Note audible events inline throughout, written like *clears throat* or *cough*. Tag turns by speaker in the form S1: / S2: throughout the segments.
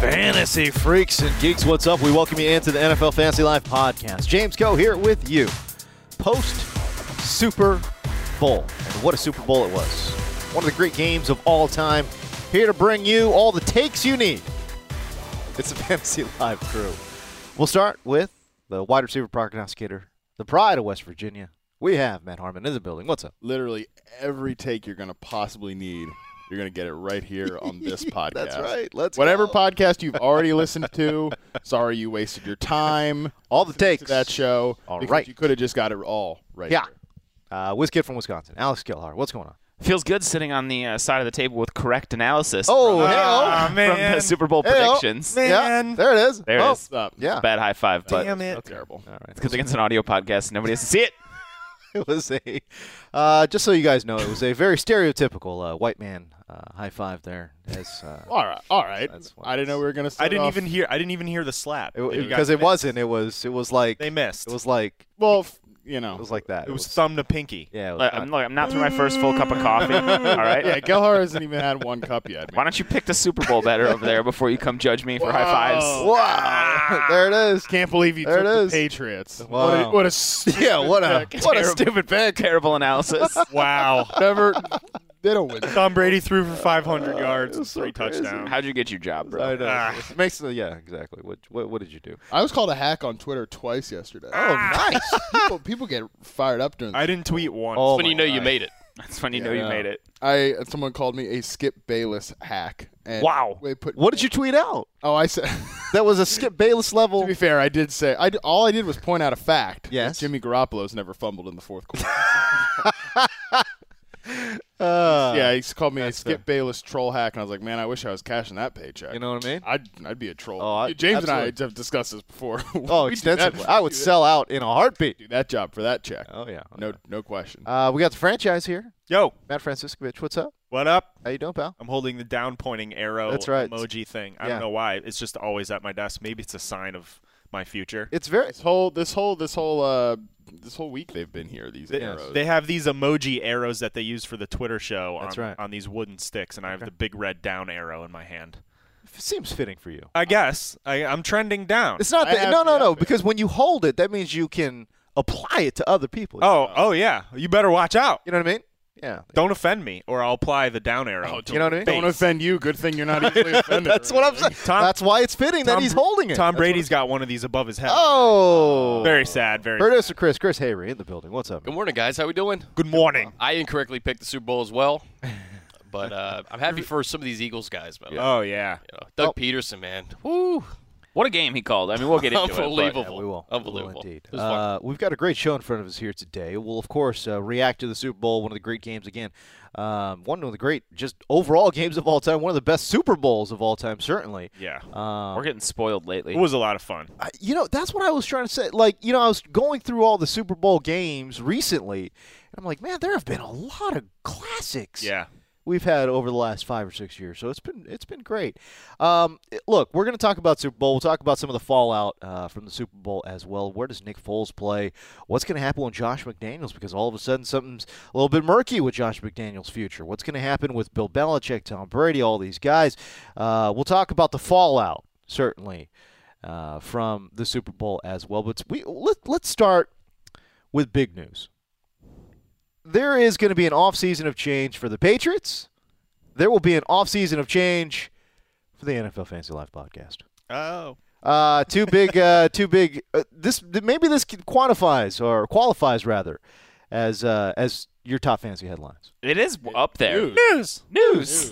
S1: Fantasy freaks and geeks, what's up? We welcome you into the NFL Fantasy Live podcast. James Coe here with you. Post Super Bowl. And what a Super Bowl it was. One of the great games of all time. Here to bring you all the takes you need. It's the *laughs* Fantasy Live crew. We'll start with the wide receiver prognosticator, the pride of West Virginia. We have Matt Harmon in the building. What's up?
S2: literally every take you're going to possibly need. You're going to get it right here on this podcast.
S1: *laughs* That's right. Let's
S2: Whatever
S1: go.
S2: podcast you've already listened to, sorry you wasted your time
S1: All the
S2: to
S1: takes.
S2: that show.
S1: All
S2: because
S1: right.
S2: You could have just got it all right.
S1: Yeah.
S2: here.
S1: Uh, Whiz Kid from Wisconsin, Alex Gilhart. What's going on?
S3: Feels good sitting on the uh, side of the table with correct analysis.
S1: Oh,
S3: from, uh,
S1: hey-oh.
S3: from the Super Bowl
S1: Hey-oh.
S3: predictions.
S1: Yeah, there it is.
S3: There it
S1: oh,
S3: is.
S2: What's up?
S1: Yeah.
S3: Bad high five, but
S4: Damn it.
S2: That's terrible.
S3: it's because against an audio podcast, nobody has to see it.
S1: *laughs* it was a uh, just so you guys know it was a very stereotypical uh, white man uh, high five there as
S2: *laughs*
S1: uh,
S2: All right. All right.
S1: That's what
S2: I didn't know we were going to
S4: I didn't even hear. I didn't even hear the slap.
S1: it-
S4: that you
S1: it-
S4: guys
S1: because it
S4: missed.
S1: wasn't it was it was like
S4: They missed.
S1: it was like
S2: Well, f- you know.
S1: it was like that
S4: It was thumb to pinky.
S1: yeah it was
S3: Look, I'm, look, I'm not through my first full cup of coffee. All right.
S2: yeah, Gelhar hasn't even had one cup yet.
S3: Why
S2: Man.
S3: don't you pick the Super Bowl better over there before you come judge me for high
S1: not-
S3: fives?
S1: *laughs*
S2: *laughs*
S1: wow there it is
S2: Can't believe you
S1: There
S2: took
S1: it is.
S2: the Patriots.
S1: *laughs* Wow.
S2: *laughs* What a, what a
S1: *laughs*
S2: stupid
S1: yeah what
S2: *laughs*
S1: a
S2: pick.
S1: what a
S2: Terrible.
S1: stupid pick *laughs*
S3: Terrible analysis.
S4: *laughs* Wow.
S2: *laughs* Never. They don't win.
S4: Tom Brady threw for 500 yards and three touchdowns.
S3: How'd you get your job, bro?
S1: I know.
S4: Ah.
S1: It makes yeah exactly what, what what did you do
S2: I was called a hack on Twitter twice yesterday.
S1: oh nice
S2: *laughs* people, people get fired up during.
S4: I didn't tweet once.
S1: oh
S5: when
S1: my
S5: you know you
S1: God.
S5: made it.
S3: That's when you know you made it.
S2: I someone called me a Skip Bayless hack. And
S4: Wow.
S2: They put
S1: what did you tweet out
S2: Oh, I said. *laughs*
S1: that was a Skip Bayless
S2: to
S1: level
S2: be fair, I did say. I d- all I did was point out a fact. that
S1: Yes.
S2: Jimmy Garoppolo's never fumbled in the fourth quarter.
S1: uh,
S2: yeah, he called me a Skip Bayless troll hack, and I was like, man, I wish I was cashing that paycheck.
S1: you know what I mean
S2: I'd, I'd be a troll.
S1: Oh, I-
S2: James and I
S1: absolutely.
S2: have discussed this before.
S1: oh
S2: *laughs* We'd do that-
S1: extensively I would sell out in a heartbeat
S2: do that job for that check.
S1: oh yeah
S2: No, no question.
S1: uh, we got the franchise here
S4: Yo,
S1: Matt Franciscovich, what's up?
S4: what up?
S1: How you doing, pal?
S4: I'm holding the down pointing arrow
S1: That's right.
S4: emoji thing. I
S1: Yeah.
S4: don't know why. It's just always at my desk. Maybe it's a sign of my future.
S1: It's very
S2: this whole, this whole, this whole, uh, this whole week they've been here. These
S4: They,
S2: arrows.
S4: they have these emoji arrows that they use for the Twitter show
S1: That's
S4: on,
S1: right.
S4: on these wooden sticks, and I have the big red down arrow in my hand.
S1: it seems fitting for you.
S4: I guess I, I'm trending down.
S1: It's not
S2: I
S1: that
S2: have
S1: no no
S2: the
S1: no
S2: outfit.
S1: because when you hold it, that means you can apply it to other people.
S4: Oh, oh yeah. You better watch out.
S1: you know what I mean? Yeah.
S4: Don't offend me, or I'll apply the down arrow.
S1: you know what I mean?
S4: Face.
S2: don't offend you. Good
S1: *laughs*
S2: thing you're not easily offended.
S1: That's what I'm saying.
S4: Tom-
S1: That's why it's fitting that
S4: Tom-
S1: he's holding it.
S4: Tom Brady's got one of these above his head.
S1: Oh,
S4: very sad. Very.
S1: producer Chris, Chris Hayre in the building. What's up?
S5: Good
S1: man?
S5: morning, guys. How we doing?
S4: Good morning.
S5: I incorrectly picked the Super Bowl as well, *laughs* but uh, I'm happy for some of these Eagles guys, man.
S4: Oh yeah.
S5: You know, Doug Peterson, man. Woo.
S3: What a game he called. I mean, we'll get into it. but-
S5: Unbelievable.
S1: Yeah, we will. We
S5: Unbelievable.
S1: will indeed.
S5: It was fun.
S1: Uh, we've got a great show in front of us here today. We'll of course uh, react to the Super Bowl, one of the great games again. Um, one of the great, just overall games of all time. One of the best Super Bowls of all time, certainly.
S4: Yeah.
S1: Um,
S3: We're getting spoiled lately.
S4: It was a lot of fun.
S1: I- you know, that's what I was trying to say. Like, you know, I was going through all the Super Bowl games recently, and I'm like, man, there have been a lot of classics
S4: Yeah.
S1: we've had over the last five or six years. So it's been it's been great. Um, it- look, we're going to talk about Super Bowl. We'll talk about some of the fallout uh, from the Super Bowl as well. Where does Nick Foles play? What's going to happen with Josh McDaniels? Because all of a sudden something's a little bit murky with Josh McDaniels' future. What's going to happen with Bill Belichick, Tom Brady, all these guys? Uh, we'll talk about the fallout certainly uh, from the Super Bowl as well. But we let, let's start with big news. There is going to be an offseason of change for the Patriots. There will be an offseason of change for the NFL Fantasy Life podcast.
S4: Oh.
S1: Uh, two big, uh, two big. Uh, this maybe this can quantifies or qualifies rather as uh, as your top fantasy headlines.
S3: It is up there.
S4: News.
S3: News.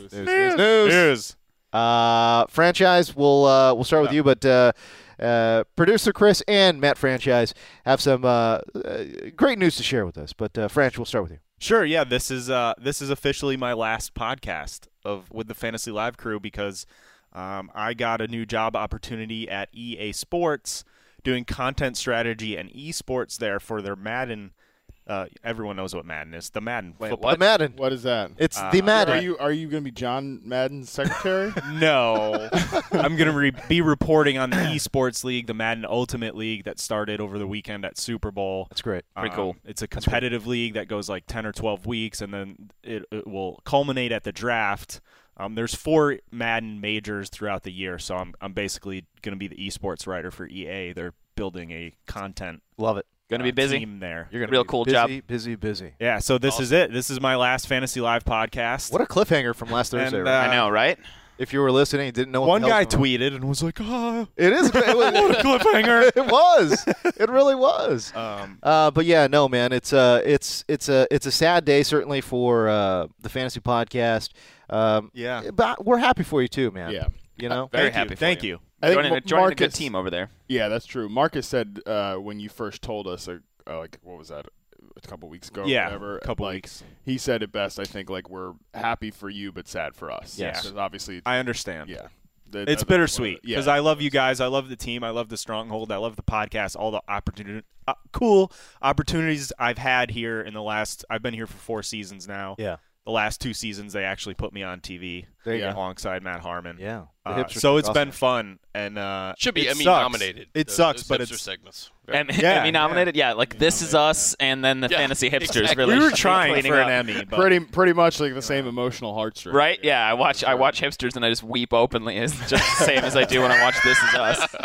S2: News,
S1: news, news.
S4: News.
S1: Uh, franchise, we'll uh, we'll start with you, but uh, uh, producer Chris and Matt Franchise have some uh, uh, great news to share with us. But uh, Franch, we'll start with you.
S4: Sure. Yeah. This is uh this is officially my last podcast of with the Fantasy Live crew because um, I got a new job opportunity at EA Sports doing content strategy and esports there for their Madden. Uh, everyone knows what Madden is. The Madden.
S5: Wait,
S4: football.
S1: The Madden.
S2: What is that?
S1: It's the Madden.
S2: Are you are you going to be John Madden's
S3: *laughs*
S2: secretary?
S1: *laughs*
S4: No, I'm going to re- be reporting on the esports league, the Madden Ultimate League that started over the weekend at Super Bowl. Um,
S1: That's great.
S3: Pretty cool.
S4: It's a competitive league that goes like 10 or 12 weeks, and then it, it will culminate at the draft. Um, there's four Madden majors throughout the year, so I'm, I'm basically going to be the esports writer for EA. They're building a content
S1: Love it.
S3: Gonna
S4: uh,
S3: be busy.
S4: team there.
S1: You're gonna
S3: Real
S1: be
S3: cool
S1: busy,
S3: job.
S1: Busy, busy.
S4: Yeah, so this is it. This is my last Fantasy Live podcast.
S1: What a cliffhanger from last Thursday.
S4: And,
S1: right?
S4: uh,
S3: I know, right?
S1: If you were listening, and didn't know. What
S4: One
S1: the hell
S4: guy
S1: was going on-
S4: tweeted and was like, ah,
S1: It is. It
S4: what a *laughs*
S1: was.
S4: cliffhanger.
S1: it was. It really was.
S4: Um,
S1: Uh, but yeah, no, man, it's uh, it's it's a it's a sad day certainly for uh, the fantasy podcast. Um,
S4: Yeah.
S1: but we're happy for you too, man.
S2: Yeah.
S1: you
S4: *laughs*
S1: know,
S3: Very
S4: Thank
S3: happy.
S4: you.
S3: For
S4: Thank you.
S2: I think
S3: Joining,
S2: Mar-
S3: a, joining a good
S2: Marcus-
S3: team over there.
S2: Yeah, that's true. Marcus said uh, when you first told us, uh, uh, like, what was that, a couple weeks ago? or
S4: Yeah,
S2: whatever,
S4: couple
S2: like,
S4: weeks.
S2: He said it best. I think like we're happy for you, but sad for us.
S4: Yes.
S2: 'Cause obviously,
S4: I understand.
S2: yeah,
S4: It's bittersweet
S2: Yeah,
S4: because I love you guys. I love the team. I love the stronghold. I love the podcast. All the opportunity, uh, cool opportunities I've had here in the last. I've been here for four seasons now.
S1: Yeah.
S4: The last two seasons, they actually put me on TV
S1: There you
S2: Yeah.
S4: alongside Matt Harmon.
S1: yeah. The
S4: Uh,
S1: hipsters
S4: so
S1: are
S4: it's
S1: awesome.
S4: been fun and uh,
S5: Should be
S4: it
S5: Emmy
S4: sucks.
S5: nominated.
S4: It
S5: those-
S4: sucks,
S5: those
S4: but
S5: hipster
S4: it's
S5: segments.
S3: *laughs*
S5: Very-
S3: Emmy,
S4: Yeah,
S3: Emmy nominated? Yeah, like This Is Us and then the
S5: Yeah,
S3: Fantasy Hipsters
S5: exactly.
S3: really
S4: we were
S3: sh-
S4: trying
S3: cleaning
S4: for
S3: up.
S4: an Emmy, but
S2: pretty pretty much like the same emotional heartstrings.
S3: Right? Yeah, I watch I watch hipsters and I just weep openly. It's just the same as I do when I watch This Is Us.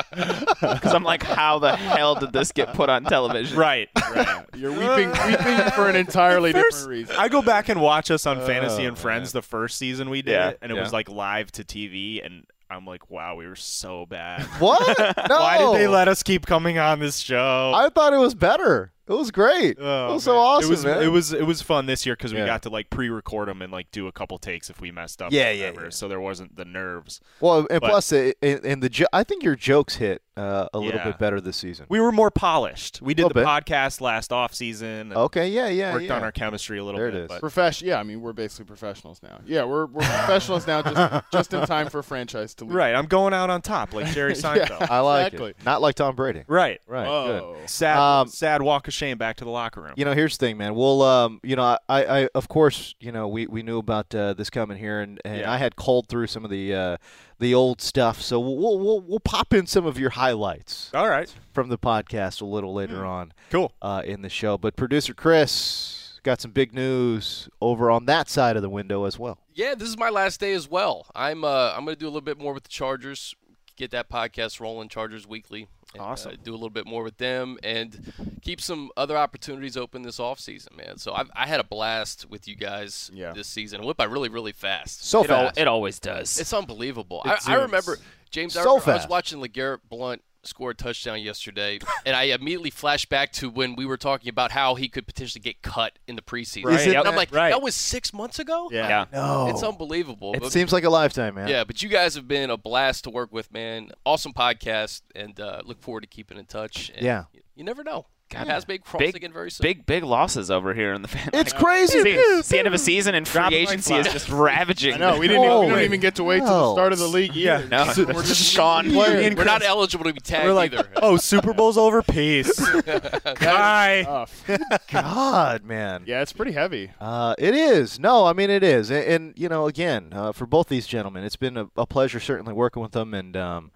S3: Because I'm like, how the hell did this get put on television?
S4: right.
S2: Yeah. You're weeping weeping for an
S4: *laughs*
S2: entirely different reason.
S4: I go back and watch us
S1: Oh,
S4: on Fantasy and Friends the first season we did,
S3: Yeah,
S4: it, and it
S3: yeah.
S4: was like live to TV, and I'm like, wow, we were so bad.
S1: *laughs* What? No.
S4: *laughs* Why did they let us keep coming on this show?
S1: I thought it was better. It was great.
S4: Oh,
S1: it was so
S4: man.
S1: awesome,
S4: It was
S1: man.
S4: it was it was fun this year because we
S1: Yeah.
S4: got to like pre-record them and like do a couple takes if we messed up.
S1: Yeah,
S4: or
S1: yeah,
S4: whatever,
S1: yeah.
S4: So there wasn't the nerves.
S1: well, and
S4: but-
S1: plus, it, and, and the jo- I think your jokes hit uh, a little
S4: Yeah.
S1: bit better this season.
S4: We were more polished. We did the
S1: Little bit.
S4: podcast last off season.
S1: okay, yeah, yeah,
S4: worked
S1: yeah.
S4: on our *laughs* chemistry a little
S1: There it
S4: bit.
S1: is.
S4: but-
S2: Profesh- yeah, I mean we're basically professionals now. Yeah, we're we're professionals now, just just in time for franchise to leave.
S4: right, I'm going out on top like
S1: *laughs*
S4: Jerry Seinfeld.
S1: I like
S2: Exactly.
S1: it. Not like Tom Brady.
S4: Right.
S1: Right. Good.
S2: Oh,
S4: Sad,
S1: Um,
S4: sad walk of shame back to the locker room.
S1: You know, here's the thing, man. We'll, um, you know, I, I, of course, you know, we, we knew about uh, this coming here, and, and
S4: Yeah.
S1: I had culled through some of the uh, the old stuff. So we'll, we'll we'll we'll pop in some of your highlights
S4: All right.
S1: from the podcast a little later on
S4: Mm. Cool.
S1: uh, in the show. But producer Chris got some big news over on that side of the window as well.
S5: Yeah, this is my last day as well. I'm uh, I'm going to do a little bit more with the Chargers, get that podcast rolling, Chargers Weekly. and, uh,
S4: Awesome.
S5: do a little bit more with them and keep some other opportunities open this offseason, man. So I've, I had a blast with you guys
S4: Yeah.
S5: this season. It went by really, really fast.
S1: So
S3: It, al-
S1: fast.
S3: it always does.
S5: It's unbelievable.
S4: It
S5: I, I
S4: zooms.
S5: remember James. I,
S1: So
S5: remember, I was
S1: fast.
S5: watching Legarrette Blunt score a touchdown yesterday, *laughs* and I immediately flashed back to when we were talking about how he could potentially get cut in the preseason.
S4: Right.
S5: And
S4: Yep.
S5: I'm like,
S4: Right.
S5: that was six months ago.
S4: Yeah.
S3: yeah.
S1: No,
S5: It's unbelievable.
S1: Oh. it
S5: But-
S1: seems like a lifetime, man.
S5: yeah, but you guys have been a blast to work with, man. Awesome podcast, and uh, look forward to keeping in touch. And
S1: Yeah.
S5: you never know. God, has made cross
S3: Big,
S5: again very soon.
S3: big, big losses over here in the fan.
S1: It's crazy.
S3: See, it's the end of a season and free
S4: Dropping like
S3: agency is
S4: flies.
S3: just ravaging.
S2: I know we
S1: Oh,
S2: didn't. even, we don't
S1: wait.
S2: even get to wait till the
S1: No.
S2: start of the league. Yeah,
S3: *laughs* No.
S2: we're just Sean players.
S5: We're not eligible to be tagged
S4: We're like, *laughs*
S5: either.
S4: oh, Super Bowl's over. Peace. *laughs* Bye. Oh.
S2: Tough.
S1: *laughs* God, man.
S2: Yeah, it's pretty heavy.
S1: Uh, it is. No, I mean it is, and, and you know, again, uh, for both these gentlemen, it's been a, a pleasure certainly working with them, and um,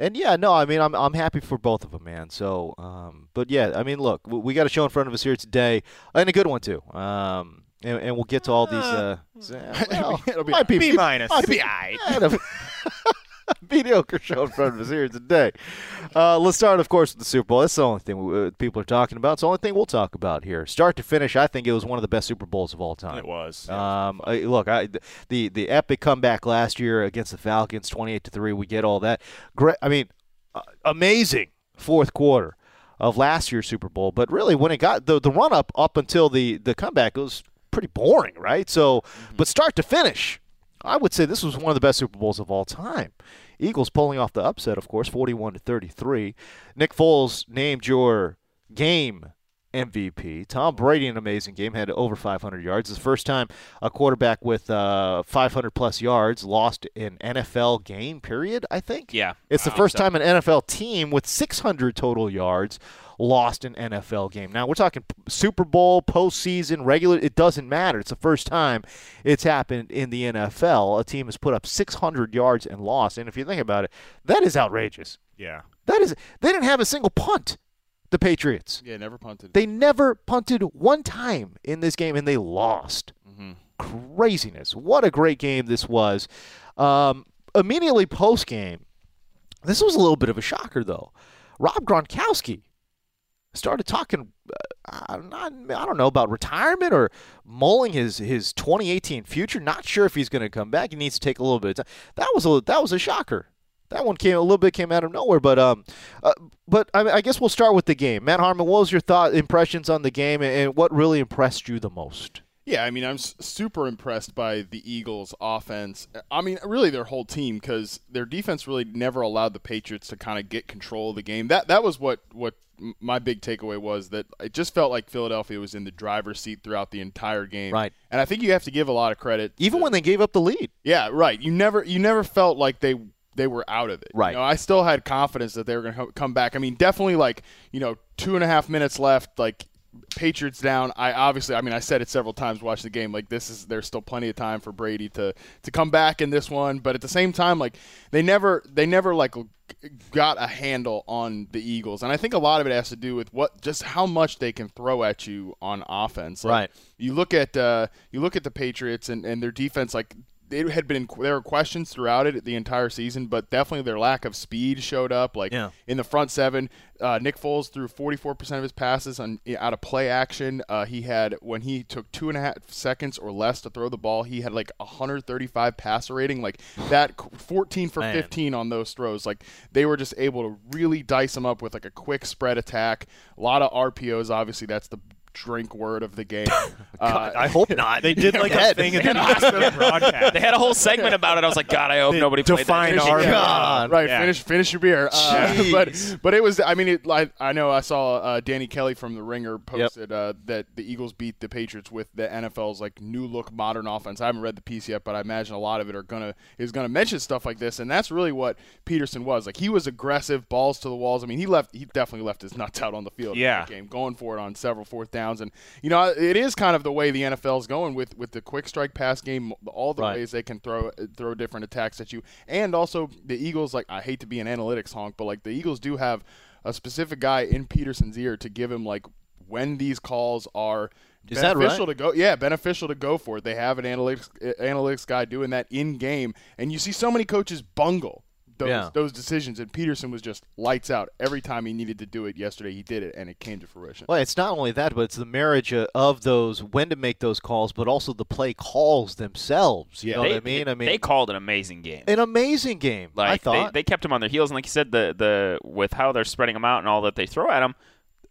S1: and yeah, no, I mean I'm I'm happy for both of them, man. So, um, but yeah, I mean, look, we, we got a show in front of us here today, and a good one too. Um, and, and we'll get to all these. Uh, s- uh, well,
S2: It'll be
S1: might be
S4: B
S1: it
S4: minus.
S1: might be kind of *laughs* mediocre show in front of us here today. Uh, let's start, of course, with the Super Bowl. That's the only thing we, uh, people are talking about. It's the only thing we'll talk about here. Start to finish, I think it was one of the best Super Bowls of all time.
S4: It was.
S1: Um, I- look, I, th- the the epic comeback last year against the Falcons, twenty eight to three. We get all that. Great. I mean, uh, amazing fourth quarter of last year's Super Bowl. But really, when it got the the run up up until the the comeback, it was pretty boring, right? So, but start to finish, I would say this was one of the best Super Bowls of all time. Eagles pulling off the upset, of course, forty one to thirty three. Nick Foles named your game MVP. Tom Brady, an amazing game, had over 500 yards. It's the first time a quarterback with uh, 500 plus yards lost an NFL game, period, I think.
S3: Yeah,
S1: It's the first time an NFL team with 600 total yards lost an NFL game. Now, we're talking p- Super Bowl, postseason, regular. It doesn't matter. It's the first time it's happened in the NFL. A team has put up 600 yards and lost. And if you think about it, that is outrageous.
S4: yeah.
S1: That is, they didn't have a single punt, the Patriots.
S2: Yeah, never punted.
S1: They never punted one time in this game, and they lost. Craziness! What a great game this was. Um, immediately post game, this was a little bit of a shocker, though. Rob Gronkowski started talking. Uh, I'm not, I don't know about retirement or mulling his his 2018 future. Not sure if he's going to come back. He needs to take a little bit of time. That was a that was a shocker. That one came a little bit came out of nowhere, but um, uh, but I, I guess we'll start with the game. Matt Harmon, what was your thought impressions on the game, and, and what really impressed you the most?
S2: Yeah, I mean, I'm s- super impressed by the Eagles' offense. I mean, really their whole team because their defense really never allowed the Patriots to kind of get control of the game. That that was what what m- my big takeaway was that it just felt like Philadelphia was in the driver's seat throughout the entire game.
S1: Right.
S2: and I think you have to give a lot of credit,
S1: Even when they gave up the lead,
S2: Yeah, right. You never you never felt like they they were out of it.
S1: Right.
S2: You know, I still had confidence that they were going to come back. I mean, definitely like you know two and a half minutes left, like. Patriots down. I obviously, I mean, I said it several times watching the game. Like this is, there's still plenty of time for Brady to to come back in this one. But at the same time, like they never, they never like g- got a handle on the Eagles. And I think a lot of it has to do with what, just how much they can throw at you on offense. Like,
S1: Right.
S2: you look at uh, you look at the Patriots and, and their defense. Like it had been, there were questions throughout it the entire season, but definitely their lack of speed showed up. Like
S1: Yeah.
S2: in the front seven, uh, Nick Foles threw 44 percent of his passes on out of play action. Uh, he had when he took two and a half seconds or less to throw the ball, he had like 135 passer rating. Like that, 14 for
S1: Man.
S2: 15. 15 on those throws. Like they were just able to really dice them up with like a quick spread attack. A lot of RPOs. Obviously, that's the drink word of the
S4: *laughs*
S2: game. Uh,
S1: I hope not.
S4: They did like a thing in the last broadcast.
S3: They had a whole segment about it. I was like, God, I hope
S4: They
S3: nobody played
S4: define
S3: that.
S4: our-
S3: Yeah.
S1: God.
S2: Right,
S4: um, Yeah.
S2: finish finish your beer. Uh, but but it was. I mean, it, I, I know I saw uh, Danny Kelly from the Ringer posted uh, that the Eagles beat the Patriots with the NFL's like new look modern offense. I haven't read the piece yet, but I imagine a lot of it are gonna is gonna mention stuff like this, and that's really what Peterson was. Like he was aggressive, balls to the walls. I mean, he left. He definitely left his nuts out on the field. in
S4: Yeah.
S2: that game going for it on several fourth downs, and you know it is kind of the way the NFL's going with with the quick strike pass game, all the
S1: Right.
S2: ways they can throw throw different attacks at you, and also the Eagles. Like I hate to be an analytics honk, but like the Eagles do have a specific guy in Peterson's ear to give him like when these calls are.
S1: Is that
S2: beneficial
S1: right?
S2: to go yeah beneficial to go for it they have an analytics uh, analytics guy doing that in game and you see so many coaches bungle those
S1: Yeah.
S2: those decisions and peterson was just lights out every time he needed to do it yesterday he did it and it came to fruition
S1: Well, it's not only that, but it's the marriage uh, of those when to make those calls, but also the play calls themselves. You know
S3: They,
S1: what I mean? I mean,
S3: they called an amazing game.
S1: an amazing game.
S3: Like
S1: I thought
S3: They, they kept him on their heels, and like you said, the the with how they're spreading him out and all that they throw at him.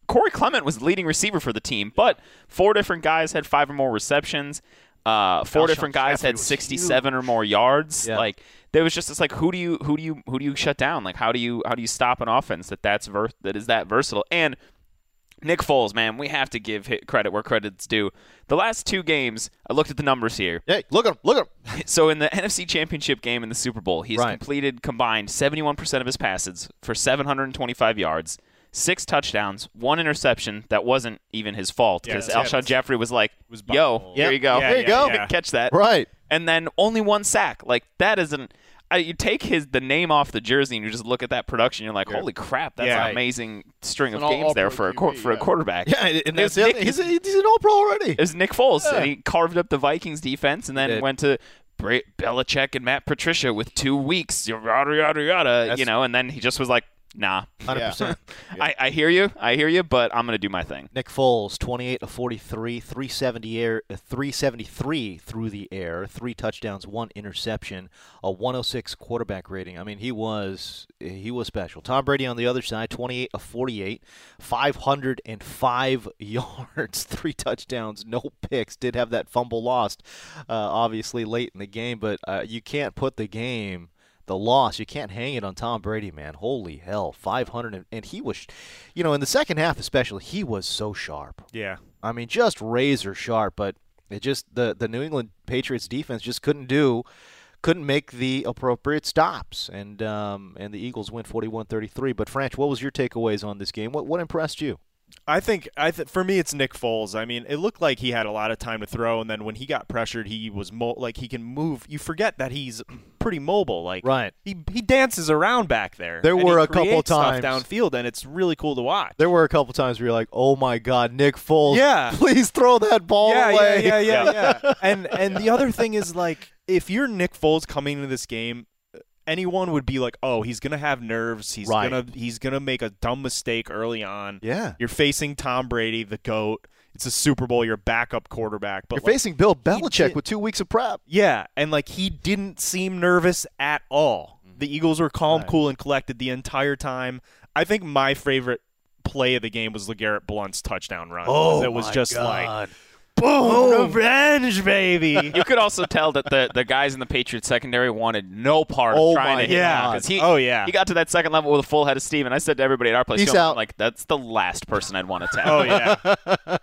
S3: Corey Clement was the leading receiver for the team, but four different guys had five or more receptions. Uh, four
S1: Alshon
S3: different guys
S1: Jeffrey
S3: had
S1: was
S3: 67 or more yards.
S1: Yeah.
S3: Like there was just this like who do you who do you who do you shut down? Like how do you how do you stop an offense that that's ver- that is that versatile? And Nick Foles, man, we have to give hi- credit where credit's due. The last two games, I looked at the numbers here.
S1: Hey, look at him! Look at him!
S3: So in the *laughs* NFC Championship game in the Super Bowl, he's
S1: Right.
S3: completed combined 71% of his passes for 725 yards, six touchdowns, one interception that wasn't even his fault because
S4: that's-
S3: Alshon Jeffrey was like,
S4: was bu-
S3: "Yo,
S4: Yep.
S3: here you go,
S4: Yeah,
S3: here
S4: There
S3: you
S4: you
S3: go,
S4: yeah, go.
S3: *laughs*
S4: yeah.
S3: catch that."
S1: Right.
S3: And then only one sack. Like that isn't. I, you take his the name off the jersey and you just look at that production. You're like, "Holy crap, that's
S4: Yeah.
S3: an amazing string
S2: It's
S3: of
S2: an all-
S3: games there for
S2: all-pro
S3: a quar-
S2: QB,
S3: for a
S2: yeah.
S1: *laughs*
S3: quarterback."
S1: Yeah, and- and that's the
S3: Nick-
S1: other thing. He's, a- he's an All Pro already.
S3: It was Nick Foles, and he carved up the Vikings defense, and then
S1: did.
S3: went to Bra- Belichick and Matt Patricia with two weeks, yada yada yada, you know, and then he just was like, "Nah,
S1: *laughs* Hundred percent.
S3: I, I hear you, I hear you, but I'm gonna do my thing."
S1: *laughs* Nick Foles, 28 of 43, 370 air, uh, 373 through the air, three touchdowns, one interception, a 106 quarterback rating. I mean, he was he was special. Tom Brady on the other side, 28 of 48, 505 *laughs* yards, three touchdowns, no picks. Did have that fumble lost, uh, obviously late in the game, but uh, you can't put the game the loss. You can't hang it on Tom Brady, man. Holy hell, 500 and, and he was, you know, in the second half especially, he was so sharp.
S4: Yeah.
S1: I mean, just razor sharp. But it just the the New England Patriots defense just couldn't do, couldn't make the appropriate stops, and um and the Eagles win 41-33. But French, what was your takeaways on this game? What what impressed you?
S4: I think I th- for me it's Nick Foles. I mean, it looked like he had a lot of time to throw, and then when he got pressured, he was mo- like he can move. You forget that he's pretty mobile. Like
S1: Right.
S4: he he dances around back there.
S1: There
S4: and
S1: were
S4: he
S1: a couple
S4: creates
S1: times-
S4: stuff downfield, and it's really cool to watch.
S1: There were a couple times where you're like, oh my God, Nick Foles,
S4: Yeah.
S1: *laughs* please throw that ball
S4: yeah,
S1: away.
S4: Yeah, yeah,
S1: *laughs*
S4: yeah, yeah. and and the other thing is like if you're Nick Foles coming into this game, anyone would be like, "Oh, he's going to have nerves. He's
S1: Right.
S4: going to he's going to make a dumb mistake early on."
S1: Yeah.
S4: You're facing Tom Brady, the GOAT. It's a Super Bowl, your backup quarterback, but
S1: You're
S4: like,
S1: facing Bill
S4: did-
S1: Belichick with two weeks of prep.
S4: yeah, and like he didn't seem nervous at all.
S5: Mm-hmm.
S4: The Eagles were calm, cool, and collected the entire time. I think my favorite play of the game was LeGarrette Blunt's touchdown run.
S5: Oh
S4: it was just like boom, revenge,
S5: *laughs*
S4: baby.
S3: You could also tell that the, the guys in the Patriots secondary wanted no part
S1: Oh
S3: of trying
S1: my
S3: to hit
S4: God.
S3: because he
S4: Oh, yeah.
S3: he got to that second level with a full head of steam, and I said to everybody at our place,
S1: Peace
S3: "Yo," I'm
S1: out.
S3: like that's the last person I'd want to
S4: *laughs* oh
S3: tackle.
S4: yeah,